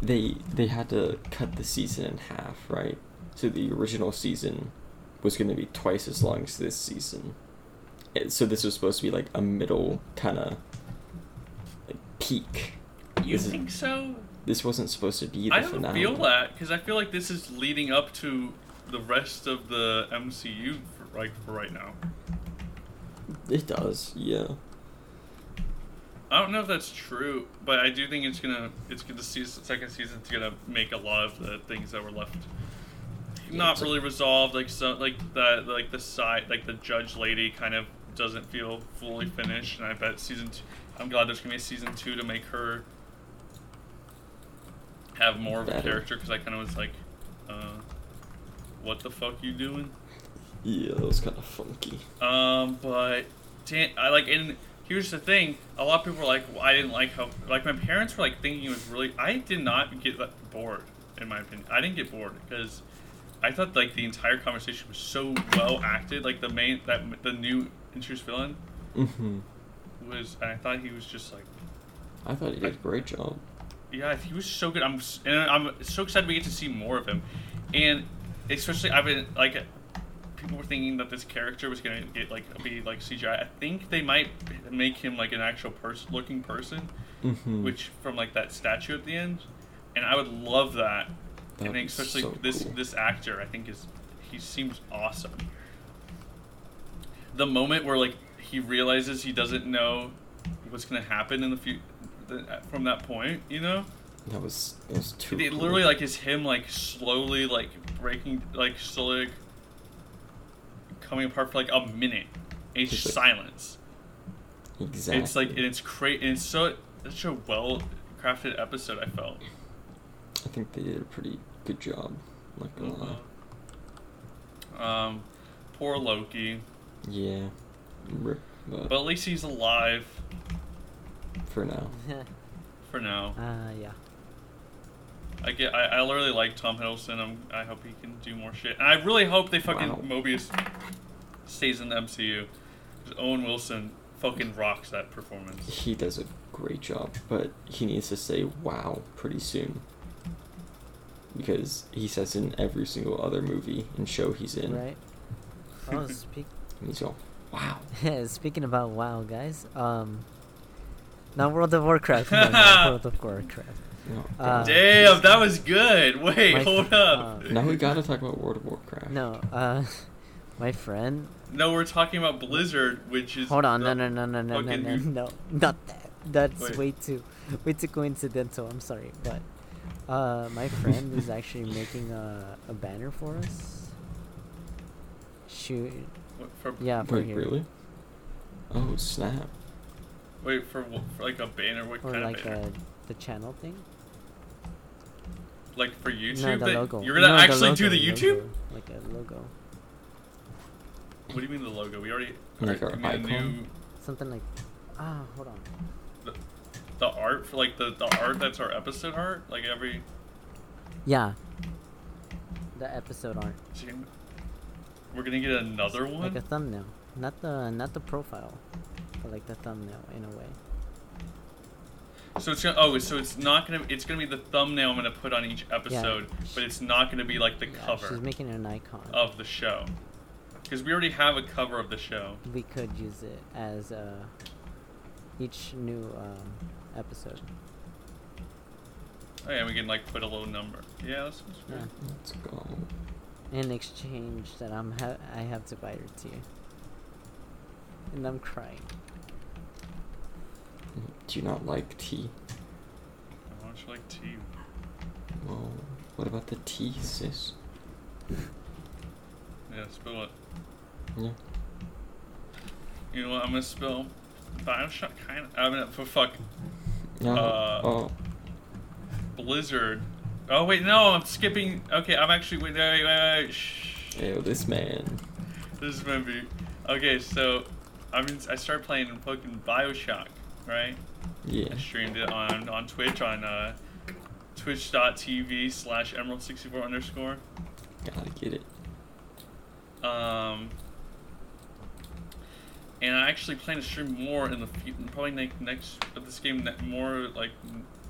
they they had to cut the season in half, right? So the original season was going to be twice as long as this season. Eh, So this was supposed to be like a middle kind of like peak. You this, is- think so? this wasn't supposed to be the I don't finale. feel that because I feel like this is leading up to the rest of the MCU, for, like for right now. It does, yeah. I don't know if that's true, but I do think it's gonna it's gonna see second season's gonna make a lot of the things that were left Yeah, not it's like- really resolved. Like so, like the like the side like the judge lady kind of doesn't feel fully finished, and I bet season two. I'm glad there's gonna be a season two to make her have more of a Better. character because I kind of was like, uh, what the fuck you doing? Yeah, that was kind of funky. Um, but Dan- I like, and here's the thing: a lot of people were like, well, "I didn't like how." Like my parents were like thinking it was really. I did not get like, bored, in my opinion. I didn't get bored because I thought like the entire conversation was so well acted. Like the main that the new interest villain Mhm. was, and I thought he was just like, I thought you did a great job. yeah, he was so good. I'm s- and I'm so excited we get to see more of him, and especially I've been like, people were thinking that this character was gonna get like be like CGI. I think they might make him like an actual person looking person, Mhm. which from like that statue at the end, and I would love that. That'd and be especially so this cool. this actor, I think is he seems awesome. The moment where like he realizes he doesn't know what's gonna happen in the future from that point, you know. that was that was too. It cool. literally like is him like slowly like breaking like slowly like, coming apart for like a minute. And it's It's just like- silence. exactly. It's like and it's great and it's so such a well crafted episode. I felt. I think they did a pretty good job. Not gonna Uh-huh. lie. Um, poor Loki, Yeah. Rip, but, but at least he's alive for now. for now. uh, yeah. I get. I, I really like Tom Hiddleston. I'm, I hope he can do more shit. And I really hope they fucking Wow. Mobius stays in the MCU. 'Cause Owen Wilson fucking rocks that performance. He does a great job, but he needs to say wow pretty soon. Because he says it in every single other movie and show he's in. Right. Oh, speak. And he's all, wow. Speaking about WoW, guys. Um, not World of Warcraft. no, not World of Warcraft. No, Uh, God. Damn, that was good. Wait, Mike, hold up. uh, now we gotta talk about World of Warcraft. No. Uh, my friend. no, we're talking about Blizzard, which is Hold on. No, the- no, no, no, no, no, fucking- no, no. Not that. That's Wait. way too, way too coincidental. I'm sorry, but uh, my friend is actually making a, a banner for us. Shoot. What, for, Yeah. For Wait, here. really? Oh, snap. Wait for, wh- for like a banner. What Or kind like of banner? a, the channel thing. like for YouTube? No, the that- logo. You're gonna No, actually logo, do the YouTube? logo. Like a logo, What do you mean the logo? We already. Like you our mean the new icon? something like. Ah, hold on. the art for like the the art that's our episode art. Like every. Yeah. The episode art, See, we're gonna get another one. like a thumbnail, not the not the profile, but like the thumbnail in a way. So it's gonna, oh, so it's not gonna it's gonna be the thumbnail I'm gonna put on each episode, but it's not gonna be like the Yeah, cover She's making an icon. of the show, because we already have a cover of the show. We could use it as uh, each new um, episode. Oh yeah, we can like put a little number. Yeah, that's, that's Yeah. good. Let's go. In exchange, that I'm ha- I have to buy your tea. And I'm crying. Do you not like tea? I want you like tea. Well, what about the tea, sis? Yeah, spill it. Yeah. You know what? I'm gonna spill. Bioshock kind of. I'm gonna for fuck No. Uh, oh, Blizzard. Oh wait, no, I'm skipping. Okay, I'm actually wait wait wait. wait. Shh. ew, this man. This is gonna be okay. So, I mean, I started playing fucking Bioshock, right? Yeah. I streamed it on on Twitch on uh, twitch.tv slash emerald sixty four underscore. Gotta get it. Um, and I actually plan to stream more in the fu- probably ne- next of this game ne- more like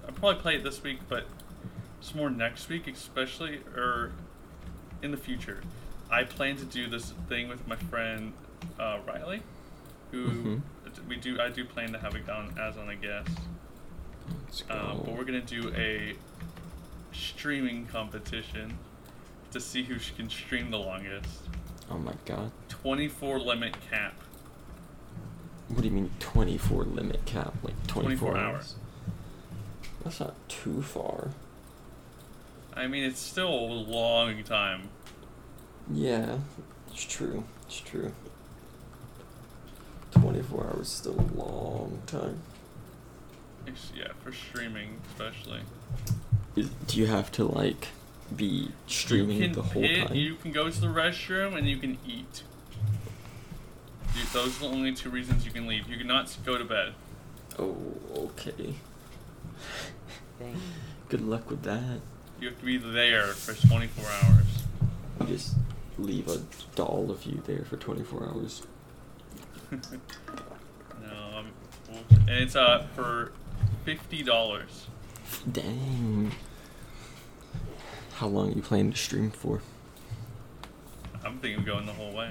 I'll probably play it this week, but it's more next week, especially or in the future. I plan to do this thing with my friend uh, Riley, who Mhm. we do I do plan to have it on as on a guest. Let's go. Um, but we're gonna do a streaming competition to see who sh- can stream the longest. Oh my god. 24 limit cap. What do you mean 24 limit cap? Like 24, 24 hours? That's not too far. I mean, it's still a long time. Yeah, it's true. It's true. 24 hours is still a long time. It's- yeah, for streaming especially. Is, do you have to, like, be streaming you can the whole hit- time? You can go to the restroom and you can eat. You- Those are the only two reasons you can leave. You cannot s- go to bed. Oh, okay. Dang. Good luck with that. You have to be there for 24 hours. You just leave a doll of you there for 24 hours. No, I'm, and it's uh for fifty dollars. Dang. How long you planning to stream for? I'm thinking of going the whole way.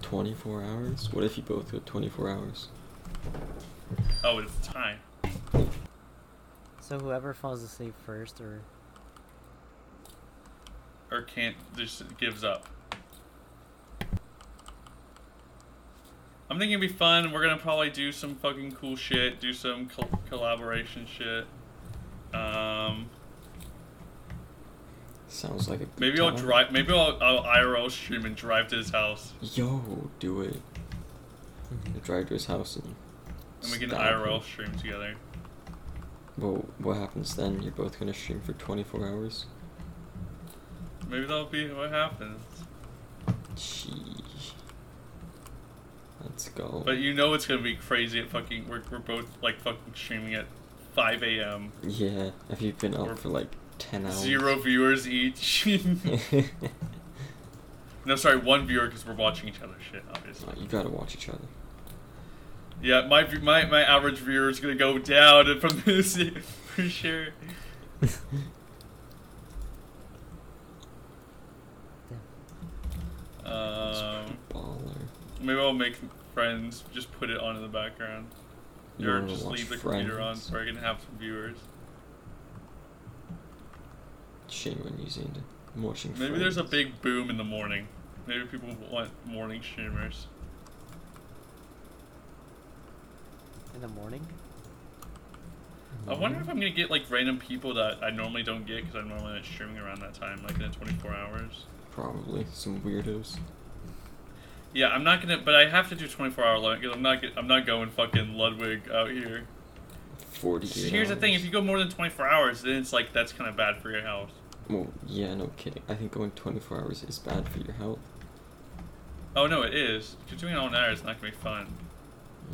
24 hours? What if you both go 24 hours? Oh, it's a tie. So whoever falls asleep first, or Or can't just gives up. I'm thinking it'd be fun. We're gonna probably do some fucking cool shit. Do some col- collaboration shit. Um, Sounds like a good maybe I'll time. drive. Maybe I'll, I'll IRL stream and drive to his house, Yo, do it. You drive to his house and. and we can stab IRL him. stream together. Well, what happens then? You're both gonna stream for 24 hours? Maybe that'll be what happens. Gee. Let's go. But you know it's gonna be crazy at fucking we're, we're both like fucking streaming at five AM. yeah, have you been Or- up for like ten hours. Zero viewers each. no, sorry, one viewer because we're watching each other. Shit, obviously. Uh, you gotta watch each other. Yeah, my view- my my average viewer is gonna go down from this for sure. Um, Baller. maybe I'll make friends. Just put it on in the background, You or wanna just watch leave the computer on Friends? so I can have some viewers. Shame on New Zealand. I'm watching. Maybe there's a Friends. big boom in the morning. Maybe people want morning streamers. in the morning. Mm-hmm. I wonder if I'm gonna get like random people that I normally don't get because I'm normally not streaming around that time, like in the 24 hours. Mm, Probably some weirdos. Yeah, I'm not gonna, but I have to do 24 hour limit because I'm not get, I'm not going fucking Ludwig out here. Forty. Here's the thing: if you go more than 24 hours, then it's like that's kind of bad for your health. Well, yeah, no kidding. I think going 24 hours is bad for your health. Oh no, it is. If you're doing it all night, it's not gonna be fun.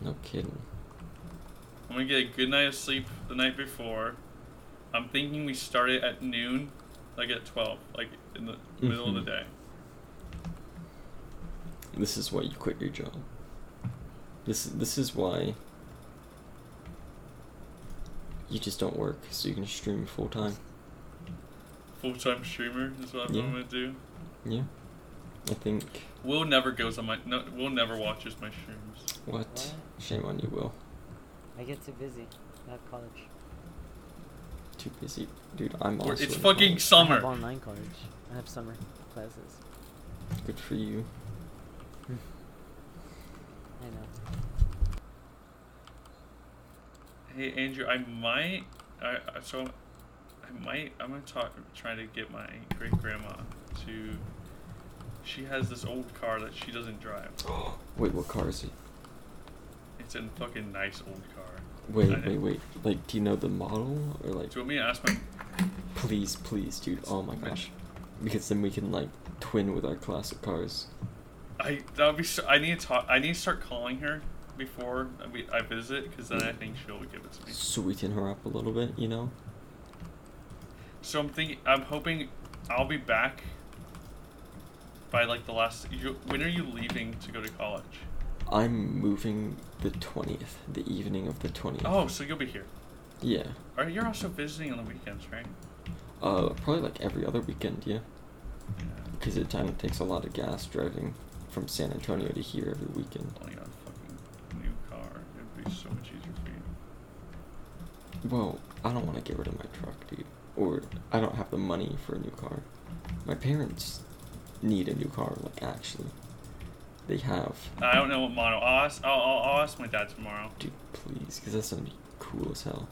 No kidding. I'm gonna get a good night of sleep the night before. I'm thinking we start it at noon, like at 12, like in the middle of the day. This is why you quit your job. This this is why you just don't work, so you can stream full time. Full time streamer is what I'm Yeah. gonna do. Yeah, I think. Will never goes on my. No, Will never watches my streams. What? What? Shame on you, Will. I get too busy at college. Too busy, dude. I'm Or- also. it's in fucking college. I have summer. online college. I have summer classes. Good for you. I know. Hey Andrew, I might. I I- so. I might. I'm gonna talk. Try to get my great grandma to. She has this old car that she doesn't drive. Wait, what car is it? It's a fucking nice old car. Wait, I- wait, wait. Like, do you know the model or Do like? you want me to ask my? Please, please, dude. Oh my gosh. Because then we can like twin with our classic cars. I that would be. So, I need to talk. I need to start calling her before we, I visit because then I think she'll give it to me. Sweeten her up a little bit, you know? So I'm thinking. I'm hoping I'll be back by like the last. You, when are you leaving to go to college? I'm moving the 20th, the evening of the 20th. Oh, so you'll be here. Yeah. Are you're also visiting on the weekends, right? Uh, probably like every other weekend, yeah. Yeah. Because it time it takes a lot of gas driving from San Antonio to here every weekend. Only got a fucking new car. It'd be so much easier for you. Well, I don't want to get rid of my truck, dude. Or I don't have the money for a new car. My parents need a new car, like actually. They have. I don't know what model. I'll ask. I'll, I'll, I'll ask my dad tomorrow. Dude, please, because that's gonna be cool as hell.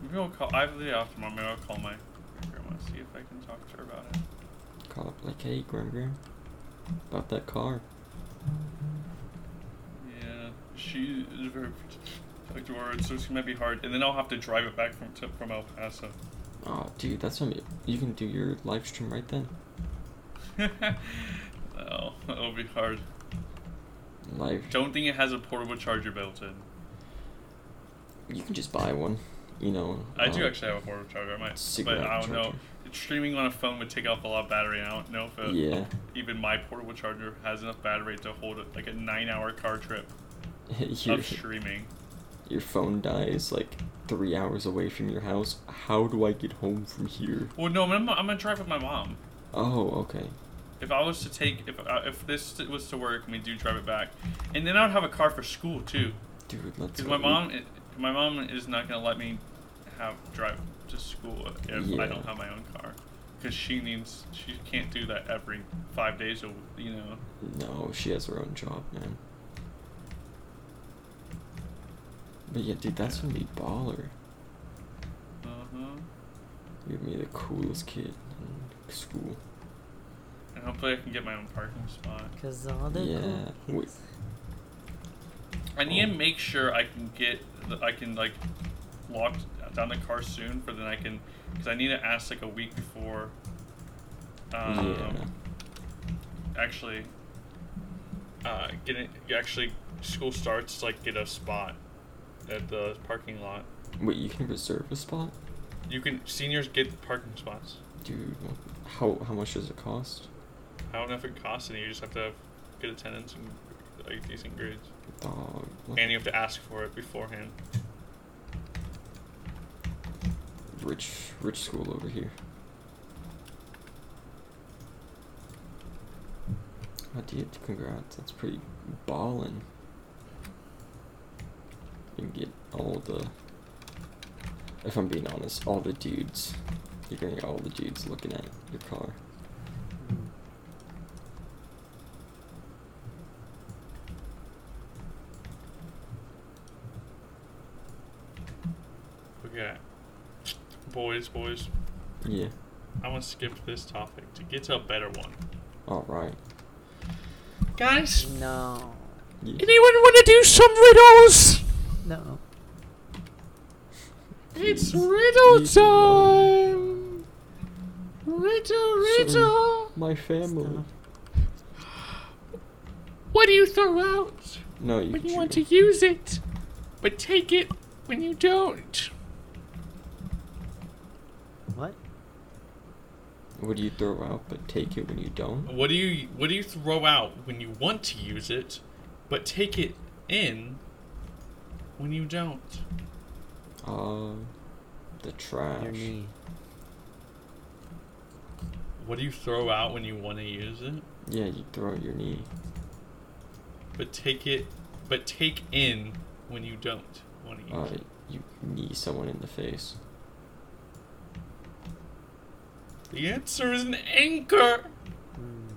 Maybe I'll call. I have the day off tomorrow. Maybe I'll call my grandma see if I can talk to her about it. Call up like, hey, Grim Grim, about that car. Yeah, she is very like words, so it's gonna be hard. And then I'll have to drive it back from to, from El Paso. Oh, dude, that's gonna be. You can do your live stream right then. oh, that'll be hard. Live. Don't think it has a portable charger built in. You can just buy one. You know. I do um, actually have a portable charger. I might, but cigarette I don't know. charger. Streaming on a phone would take up a lot of battery. and I don't know if uh Yeah. even my portable charger has enough battery to hold it, like a nine-hour car trip your, of streaming. your phone dies like three hours away from your house. How do I get home from here? Well, no, I'm gonna, I'm gonna drive with my mom. Oh, okay. If I was to take, if uh, if this was to work, and we do drive it back, and then I would have a car for school too. Dude, Because let's. go my eat. mom, eh, my mom is not gonna let me have drive to school if I don't Yeah. have my own car. Because she needs, she can't do that every five days. A, you know, No, she has her own job, man. But yeah, dude, that's gonna be baller. uh-huh. You're gonna be the coolest kid in school. and hopefully I can get my own parking spot. Cause all the Yeah, cool we- kids- I need to Oh. make sure I can get, the, I can like, lock down the car soon for then I can, because I need to ask like a week before. Um, yeah. actually uh, get it, actually school starts like get a spot at the parking lot. Wait, you can reserve a spot? You can seniors get the parking spots. Dude, how how much does it cost? I don't know if it costs any. You just have to have good attendance and like decent grades, Dog. what- and you have to ask for it beforehand. Rich rich school over here. I did. Congrats. That's pretty ballin'. You get all the. If I'm being honest, all the dudes. You're gonna get all the dudes looking at your car. Mm. Look at that. Boys, boys. Yeah. I want to skip this topic to get to a better one. All right. Guys, No. Yeah. anyone want to do some riddles? No. It's Please. riddle Please, no. time. Riddle, Sorry. riddle. My family. Stop. What do you throw out No, you. when can you want to choose. use it, but take it when you don't? What? What do you throw out, but take it when you don't? What do you What do you throw out when you want to use it, but take it in when you don't? Uh, the Your trash. knee. What do you throw out when you want to use it, Yeah, you throw out your knee. but take it, but take in when you don't want to Uh, use it? you knee someone in the face. The answer is an anchor. Mm.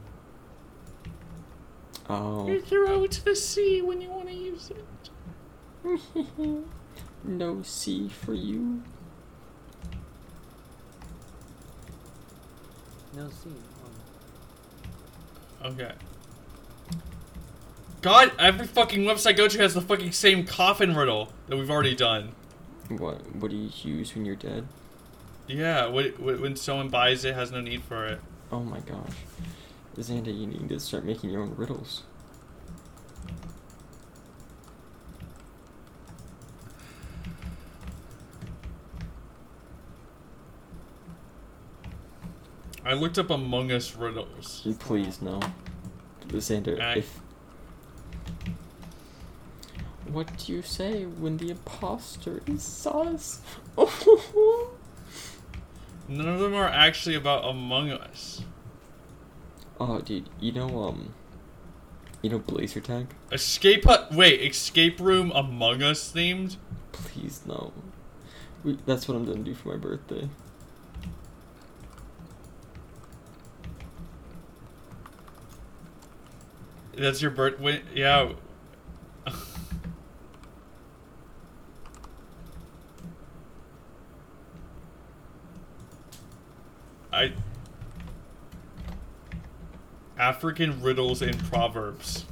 Oh, You throw it to the sea when you want to use it. no C for you. No, um, see. Okay. God, every fucking website I go to has the fucking same coffin riddle that we've already done. What? What do you use when you're dead? Yeah, wh- wh- when someone buys it, has no need for it. Oh my gosh, Xander, you need to start making your own riddles. I looked up Among Us riddles. You Please no, Xander. I- If what do you say when the imposter is sus? Oh, None of them are actually about Among Us. oh, dude, you know um, you know Blazer Tag. Escape hut. Wait, escape room Among Us themed? Please no. We, that's what I'm gonna do for my birthday. That's your birth. Wait, yeah. I. African riddles and proverbs.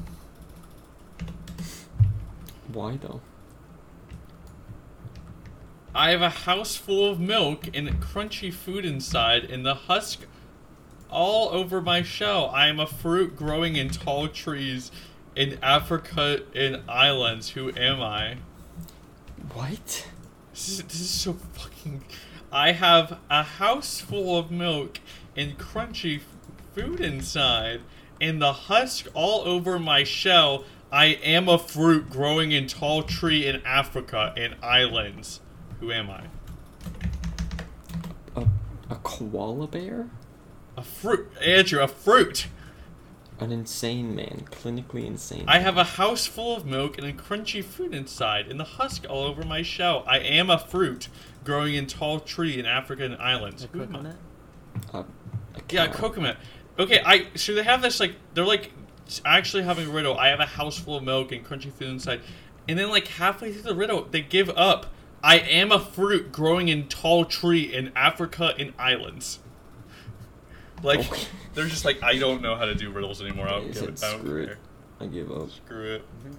Why though? I have a house full of milk and crunchy food inside, and the husk all over my shell. I am a fruit growing in tall trees in Africa and islands. Who am I? What? This is, this is so fucking. I have a house full of milk and crunchy f- food inside, and the husk all over my shell. I am a fruit growing in tall tree in Africa and islands. Who am I? A, a koala bear? A fruit, Andrew. A fruit. An insane man, clinically insane. I have a house full of milk and a crunchy food inside, and the husk all over my shell. I am a fruit growing in tall tree in Africa and islands. A Who am I? coconut? a, a Yeah, cow. coconut. Okay, I so they have this like they're like s- actually having a riddle. I have a house full of milk and crunchy food inside, and then like halfway through the riddle, they give up. I am a fruit growing in tall tree in Africa and islands. Like Okay. they're just like I don't know how to do riddles anymore. I'll They give said, it. I don't "Screw it." care. I give up. Screw it. Mm-hmm.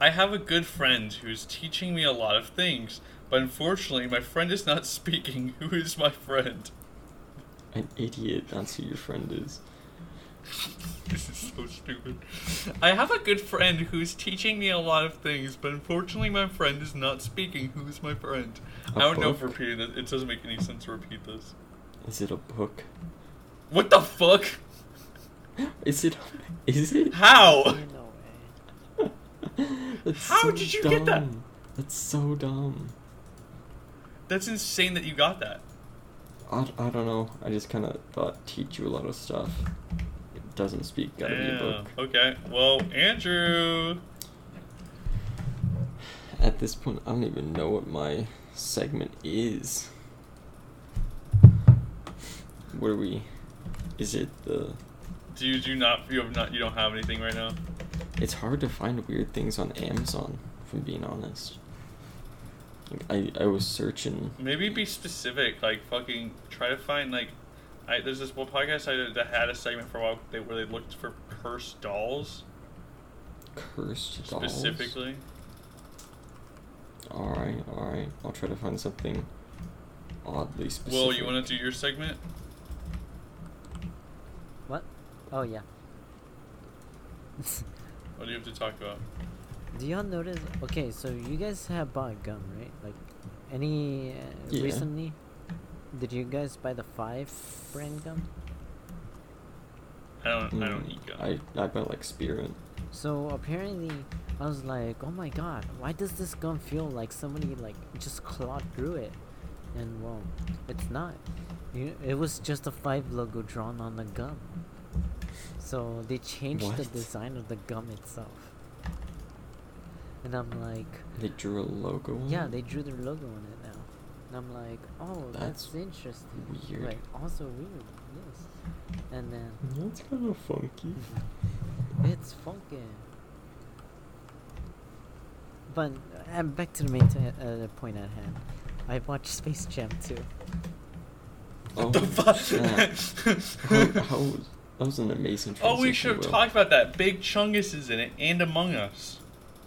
I have a good friend who's teaching me a lot of things, but unfortunately, my friend is not speaking. Who is my friend? An idiot. That's who your friend is. This is so stupid. I have a good friend who's teaching me a lot of things, but unfortunately, my friend is not speaking. Who's my friend? A I don't know if book? repeating this. It doesn't make any sense to repeat this. Is it a book? What the fuck? Is it? Is it? How? Ain't no way. That's How did you get that? dumb. That's so dumb. That's insane that you got that. I, I don't know. I just kind of thought teach you a lot of stuff. It doesn't speak. Gotta be a book. Damn. Okay. Well, Andrew. At this point, I don't even know what my segment is. What are we? Is it the? Do you do not you have not you don't have anything right now? It's hard to find weird things on Amazon. From being honest, Like, I I was searching. Maybe be specific. Like fucking try to find like, I there's this one podcast I did that had a segment for a while they, where they looked for cursed dolls cursed dolls. specifically. All right, all right. I'll try to find something oddly specific. Will you want to do your segment? What? Oh yeah. What do you have to talk about? Do y'all notice? Okay, so you guys have bought gum, right? Like, any uh, Yeah. recently? Did you guys buy the five brand gum? I don't I don't Mm, eat gum. I I buy like spearmint. So apparently, I was like, oh my god, why does this gum feel like somebody like just clawed through it? And well, it's not. You, it was just a five logo drawn on the gum. So they changed the What? design of the gum itself. And I'm like, They drew a logo. on yeah, it? they drew their logo on it now. And I'm like, oh, That's that's, interesting. weird. Like, also weird, yes. And then That's kind of funky. Mm-hmm. it's funky. But I'm back to the main t- uh, the point at hand. I watched Space Jam too. Oh, What the snap. fuck? how, how was- that was an amazing. oh, we transition, should have Will. talked about that. Big Chungus is in it and Among Us.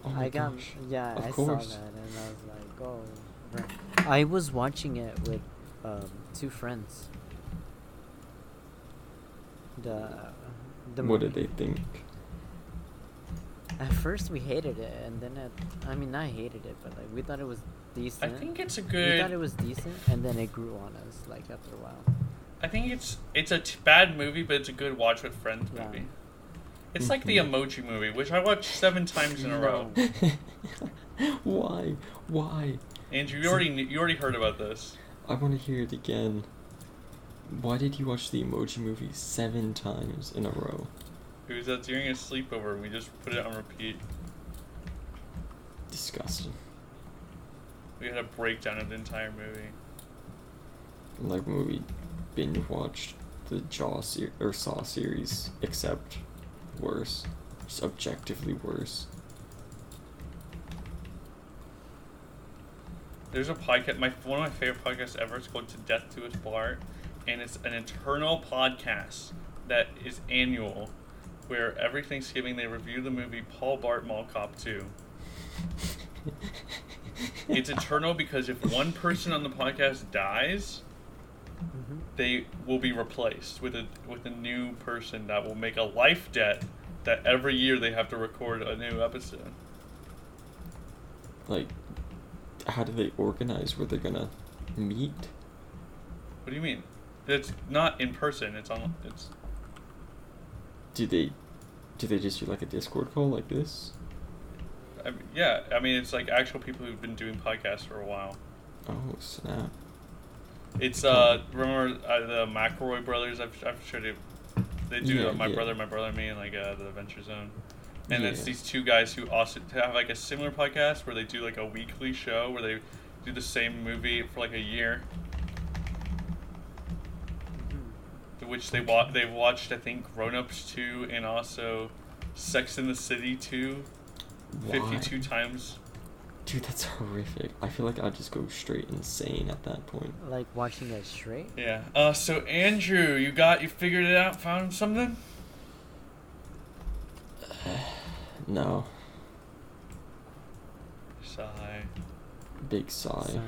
Oh my I got gosh. yeah, Of I course. saw that and I was like, oh. right. I was watching it with um, two friends. The the what movie. did they think? At first we hated it, and then it, I mean, I hated it, but like we thought it was I decent. think it's a we thought it good. was decent, and then it grew on us like after a while. I think it's it's a t- bad movie, but it's a good watch with friends Yeah. movie. It's like Mm-hmm. the Emoji movie, which I watched seven times in a row. No. Why? Why? Andrew, you already knew, you already heard about this. I want to hear it again. Why did you watch the Emoji Movie seven times in a row? It was uh, during a sleepover. and We just put it on repeat. Disgusting. We had a breakdown of the entire movie. Like when we binge watched the Jaw ser- or Saw series, except worse, just objectively worse. There's a podcast, my one of my favorite podcasts ever. It's called "To Death to Us Part," and it's an internal podcast that is annual, where every Thanksgiving they review the movie Paul Bart Mall Cop Two. It's eternal because if one person on the podcast dies, hmm they will be replaced with a with a new person that will make a life debt that every year they have to record a new episode. Like, how do they organize where they're gonna meet? What do you mean? It's not in person. It's on. It's Do they, do they just do like a Discord call like this? I mean, yeah. I mean, it's like actual people who've been doing podcasts for a while. Oh snap! It's uh remember uh, the McElroy brothers? I've I've showed you. They do Yeah, uh, my yeah. brother, my brother, and me, and like uh, the Adventure Zone. And it's Yeah. these two guys who also have like a similar podcast where they do like a weekly show where they do the same movie for like a year, mm-hmm. which they wa- they've watched I think Grown Ups two and also Sex in the City two. Why? 52 times. Dude, that's horrific. I feel like I'd just go straight insane at that point. Like watching it straight. Yeah. Uh, so Andrew, you got you figured it out, found something? No, Sigh. Oh, big sigh. Sigh.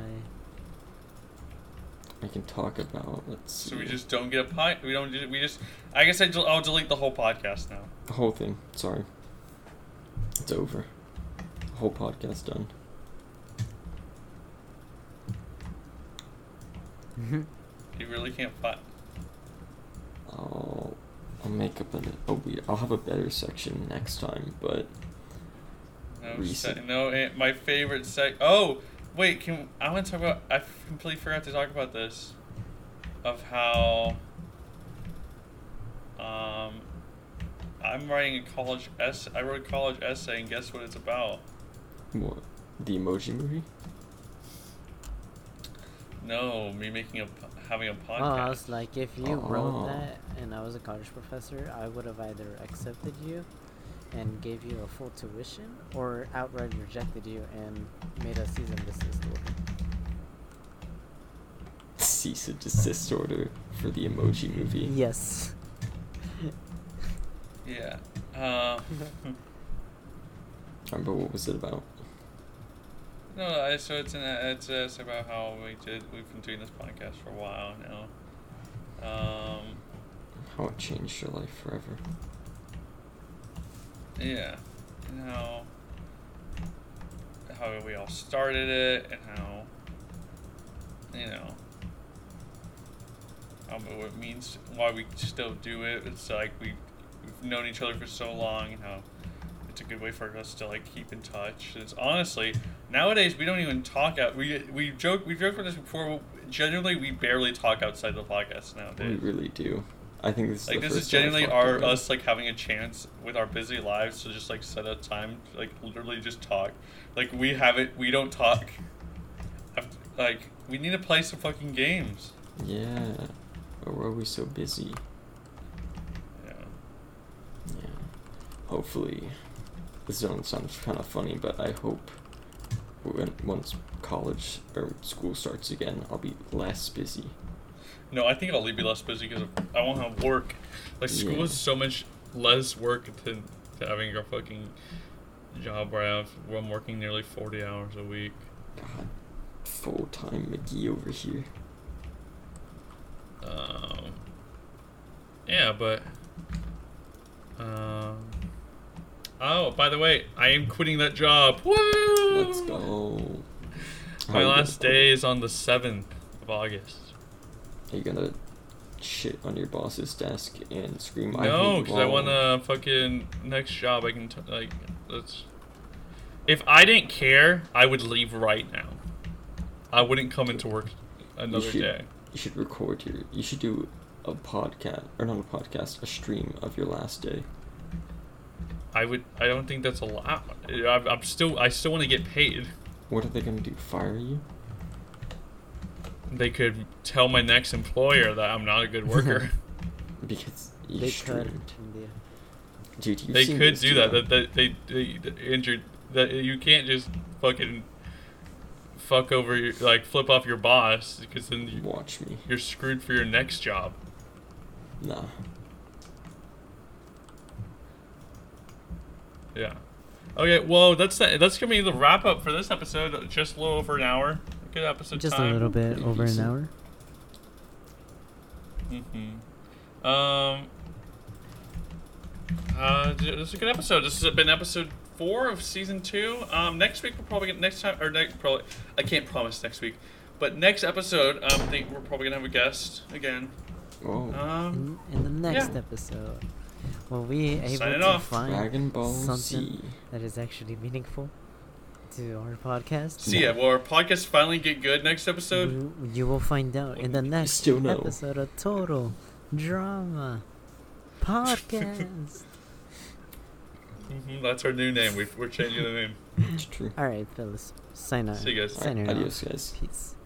I I can talk about. Let's see. So we just don't get a pod. We don't. do- We just. I guess I del- I'll delete the whole podcast now. the whole thing. Sorry, it's over. The whole podcast done. You really can't find. I'll I'll make up a, a we I'll have a better section next time, but No, Recent. se- no. eh, My favorite sec. Oh, wait. Can I want to talk about? I completely forgot to talk about this. Of how. Um, I'm writing a college essay. I wrote a college essay, and guess what it's about? what the emoji movie? No, me making a po- having a podcast. Oh, I was like, if you wrote Oh. that and I was a college professor, I would have either accepted you and gave you a full tuition or outright rejected you and made a season desist order. Cease and desist order for the emoji movie. Yes. yeah. Uh, Remember what was it about? No, I, so it's an, it's, uh, it's about how we did we've been doing this podcast for a while now. Um, How it changed your life forever. yeah, and how how we all started it and how you know how what it means why we still do it. It's like we we've known each other for so long and how it's a good way for us to like keep in touch. It's honestly nowadays we don't even talk out. We we joke we joked about this before. but Generally, we barely talk outside the podcast We nowadays. really do. I think this is Like the this first is time I've genuinely talked our about it. us like having a chance with our busy lives to just like set a time to, like literally just talk. Like we haven't we don't talk. I've- Like we need to play some fucking games. Yeah. But why are we so busy? Yeah. Yeah. Hopefully, this zone sounds kind of funny, but I hope when once college or school starts again, I'll be less busy. No, I think I'll be less busy because I won't have work. Like school Yeah. is so much less work than than having a fucking job where I have where I'm working nearly forty hours a week. God, full time McGee over here. Um, yeah, but um, oh, by the way, I am quitting that job. Woo! Let's go. How My you gonna- last day is on the seventh of August. Are you gonna shit on your boss's desk and scream? I No, hate because I law"? want to fucking next job. I can t- like let's. If I didn't care, I would leave right now. I wouldn't come into work another you should, day. You should record your. You should do a podcast or not a podcast, a stream of your last day. I would. I don't think that's a lot. I, I'm still. I still want to get paid. What are they gonna do? Fire you? They could tell my next employer that I'm not a good worker. Because you They could. streamed, India. dude. You've they seen could this do that. That, that they, they, they injured. That you can't just fucking fuck over your, like flip off your boss because then you- Watch me. you're screwed for your next job. Nah. Yeah. Okay. Well, that's the, that's gonna be the wrap up for this episode. Just a little over an hour. Good episode Just time. a little bit pretty over an decent. hour. Mm-hmm. Um. Uh, j- this is a good episode. This has been episode four of season two. Um, next week we're probably gonna, next time or next probably I can't promise next week, but next episode um, I think we're probably gonna have a guest again. Oh. Uh, Um, In, in the next Yeah. episode, will we able Signing to off. find Dragon Ball something Z. that is actually meaningful to our podcast? so yeah, will our podcast finally get good next episode? You, you will find out in the next still know. episode of Total Drama Podcast. hmm That's our new name. We've, we're changing the name. It's true. All right, fellas, sign out. See you guys. Alright, Sign out. adios, guys. Peace.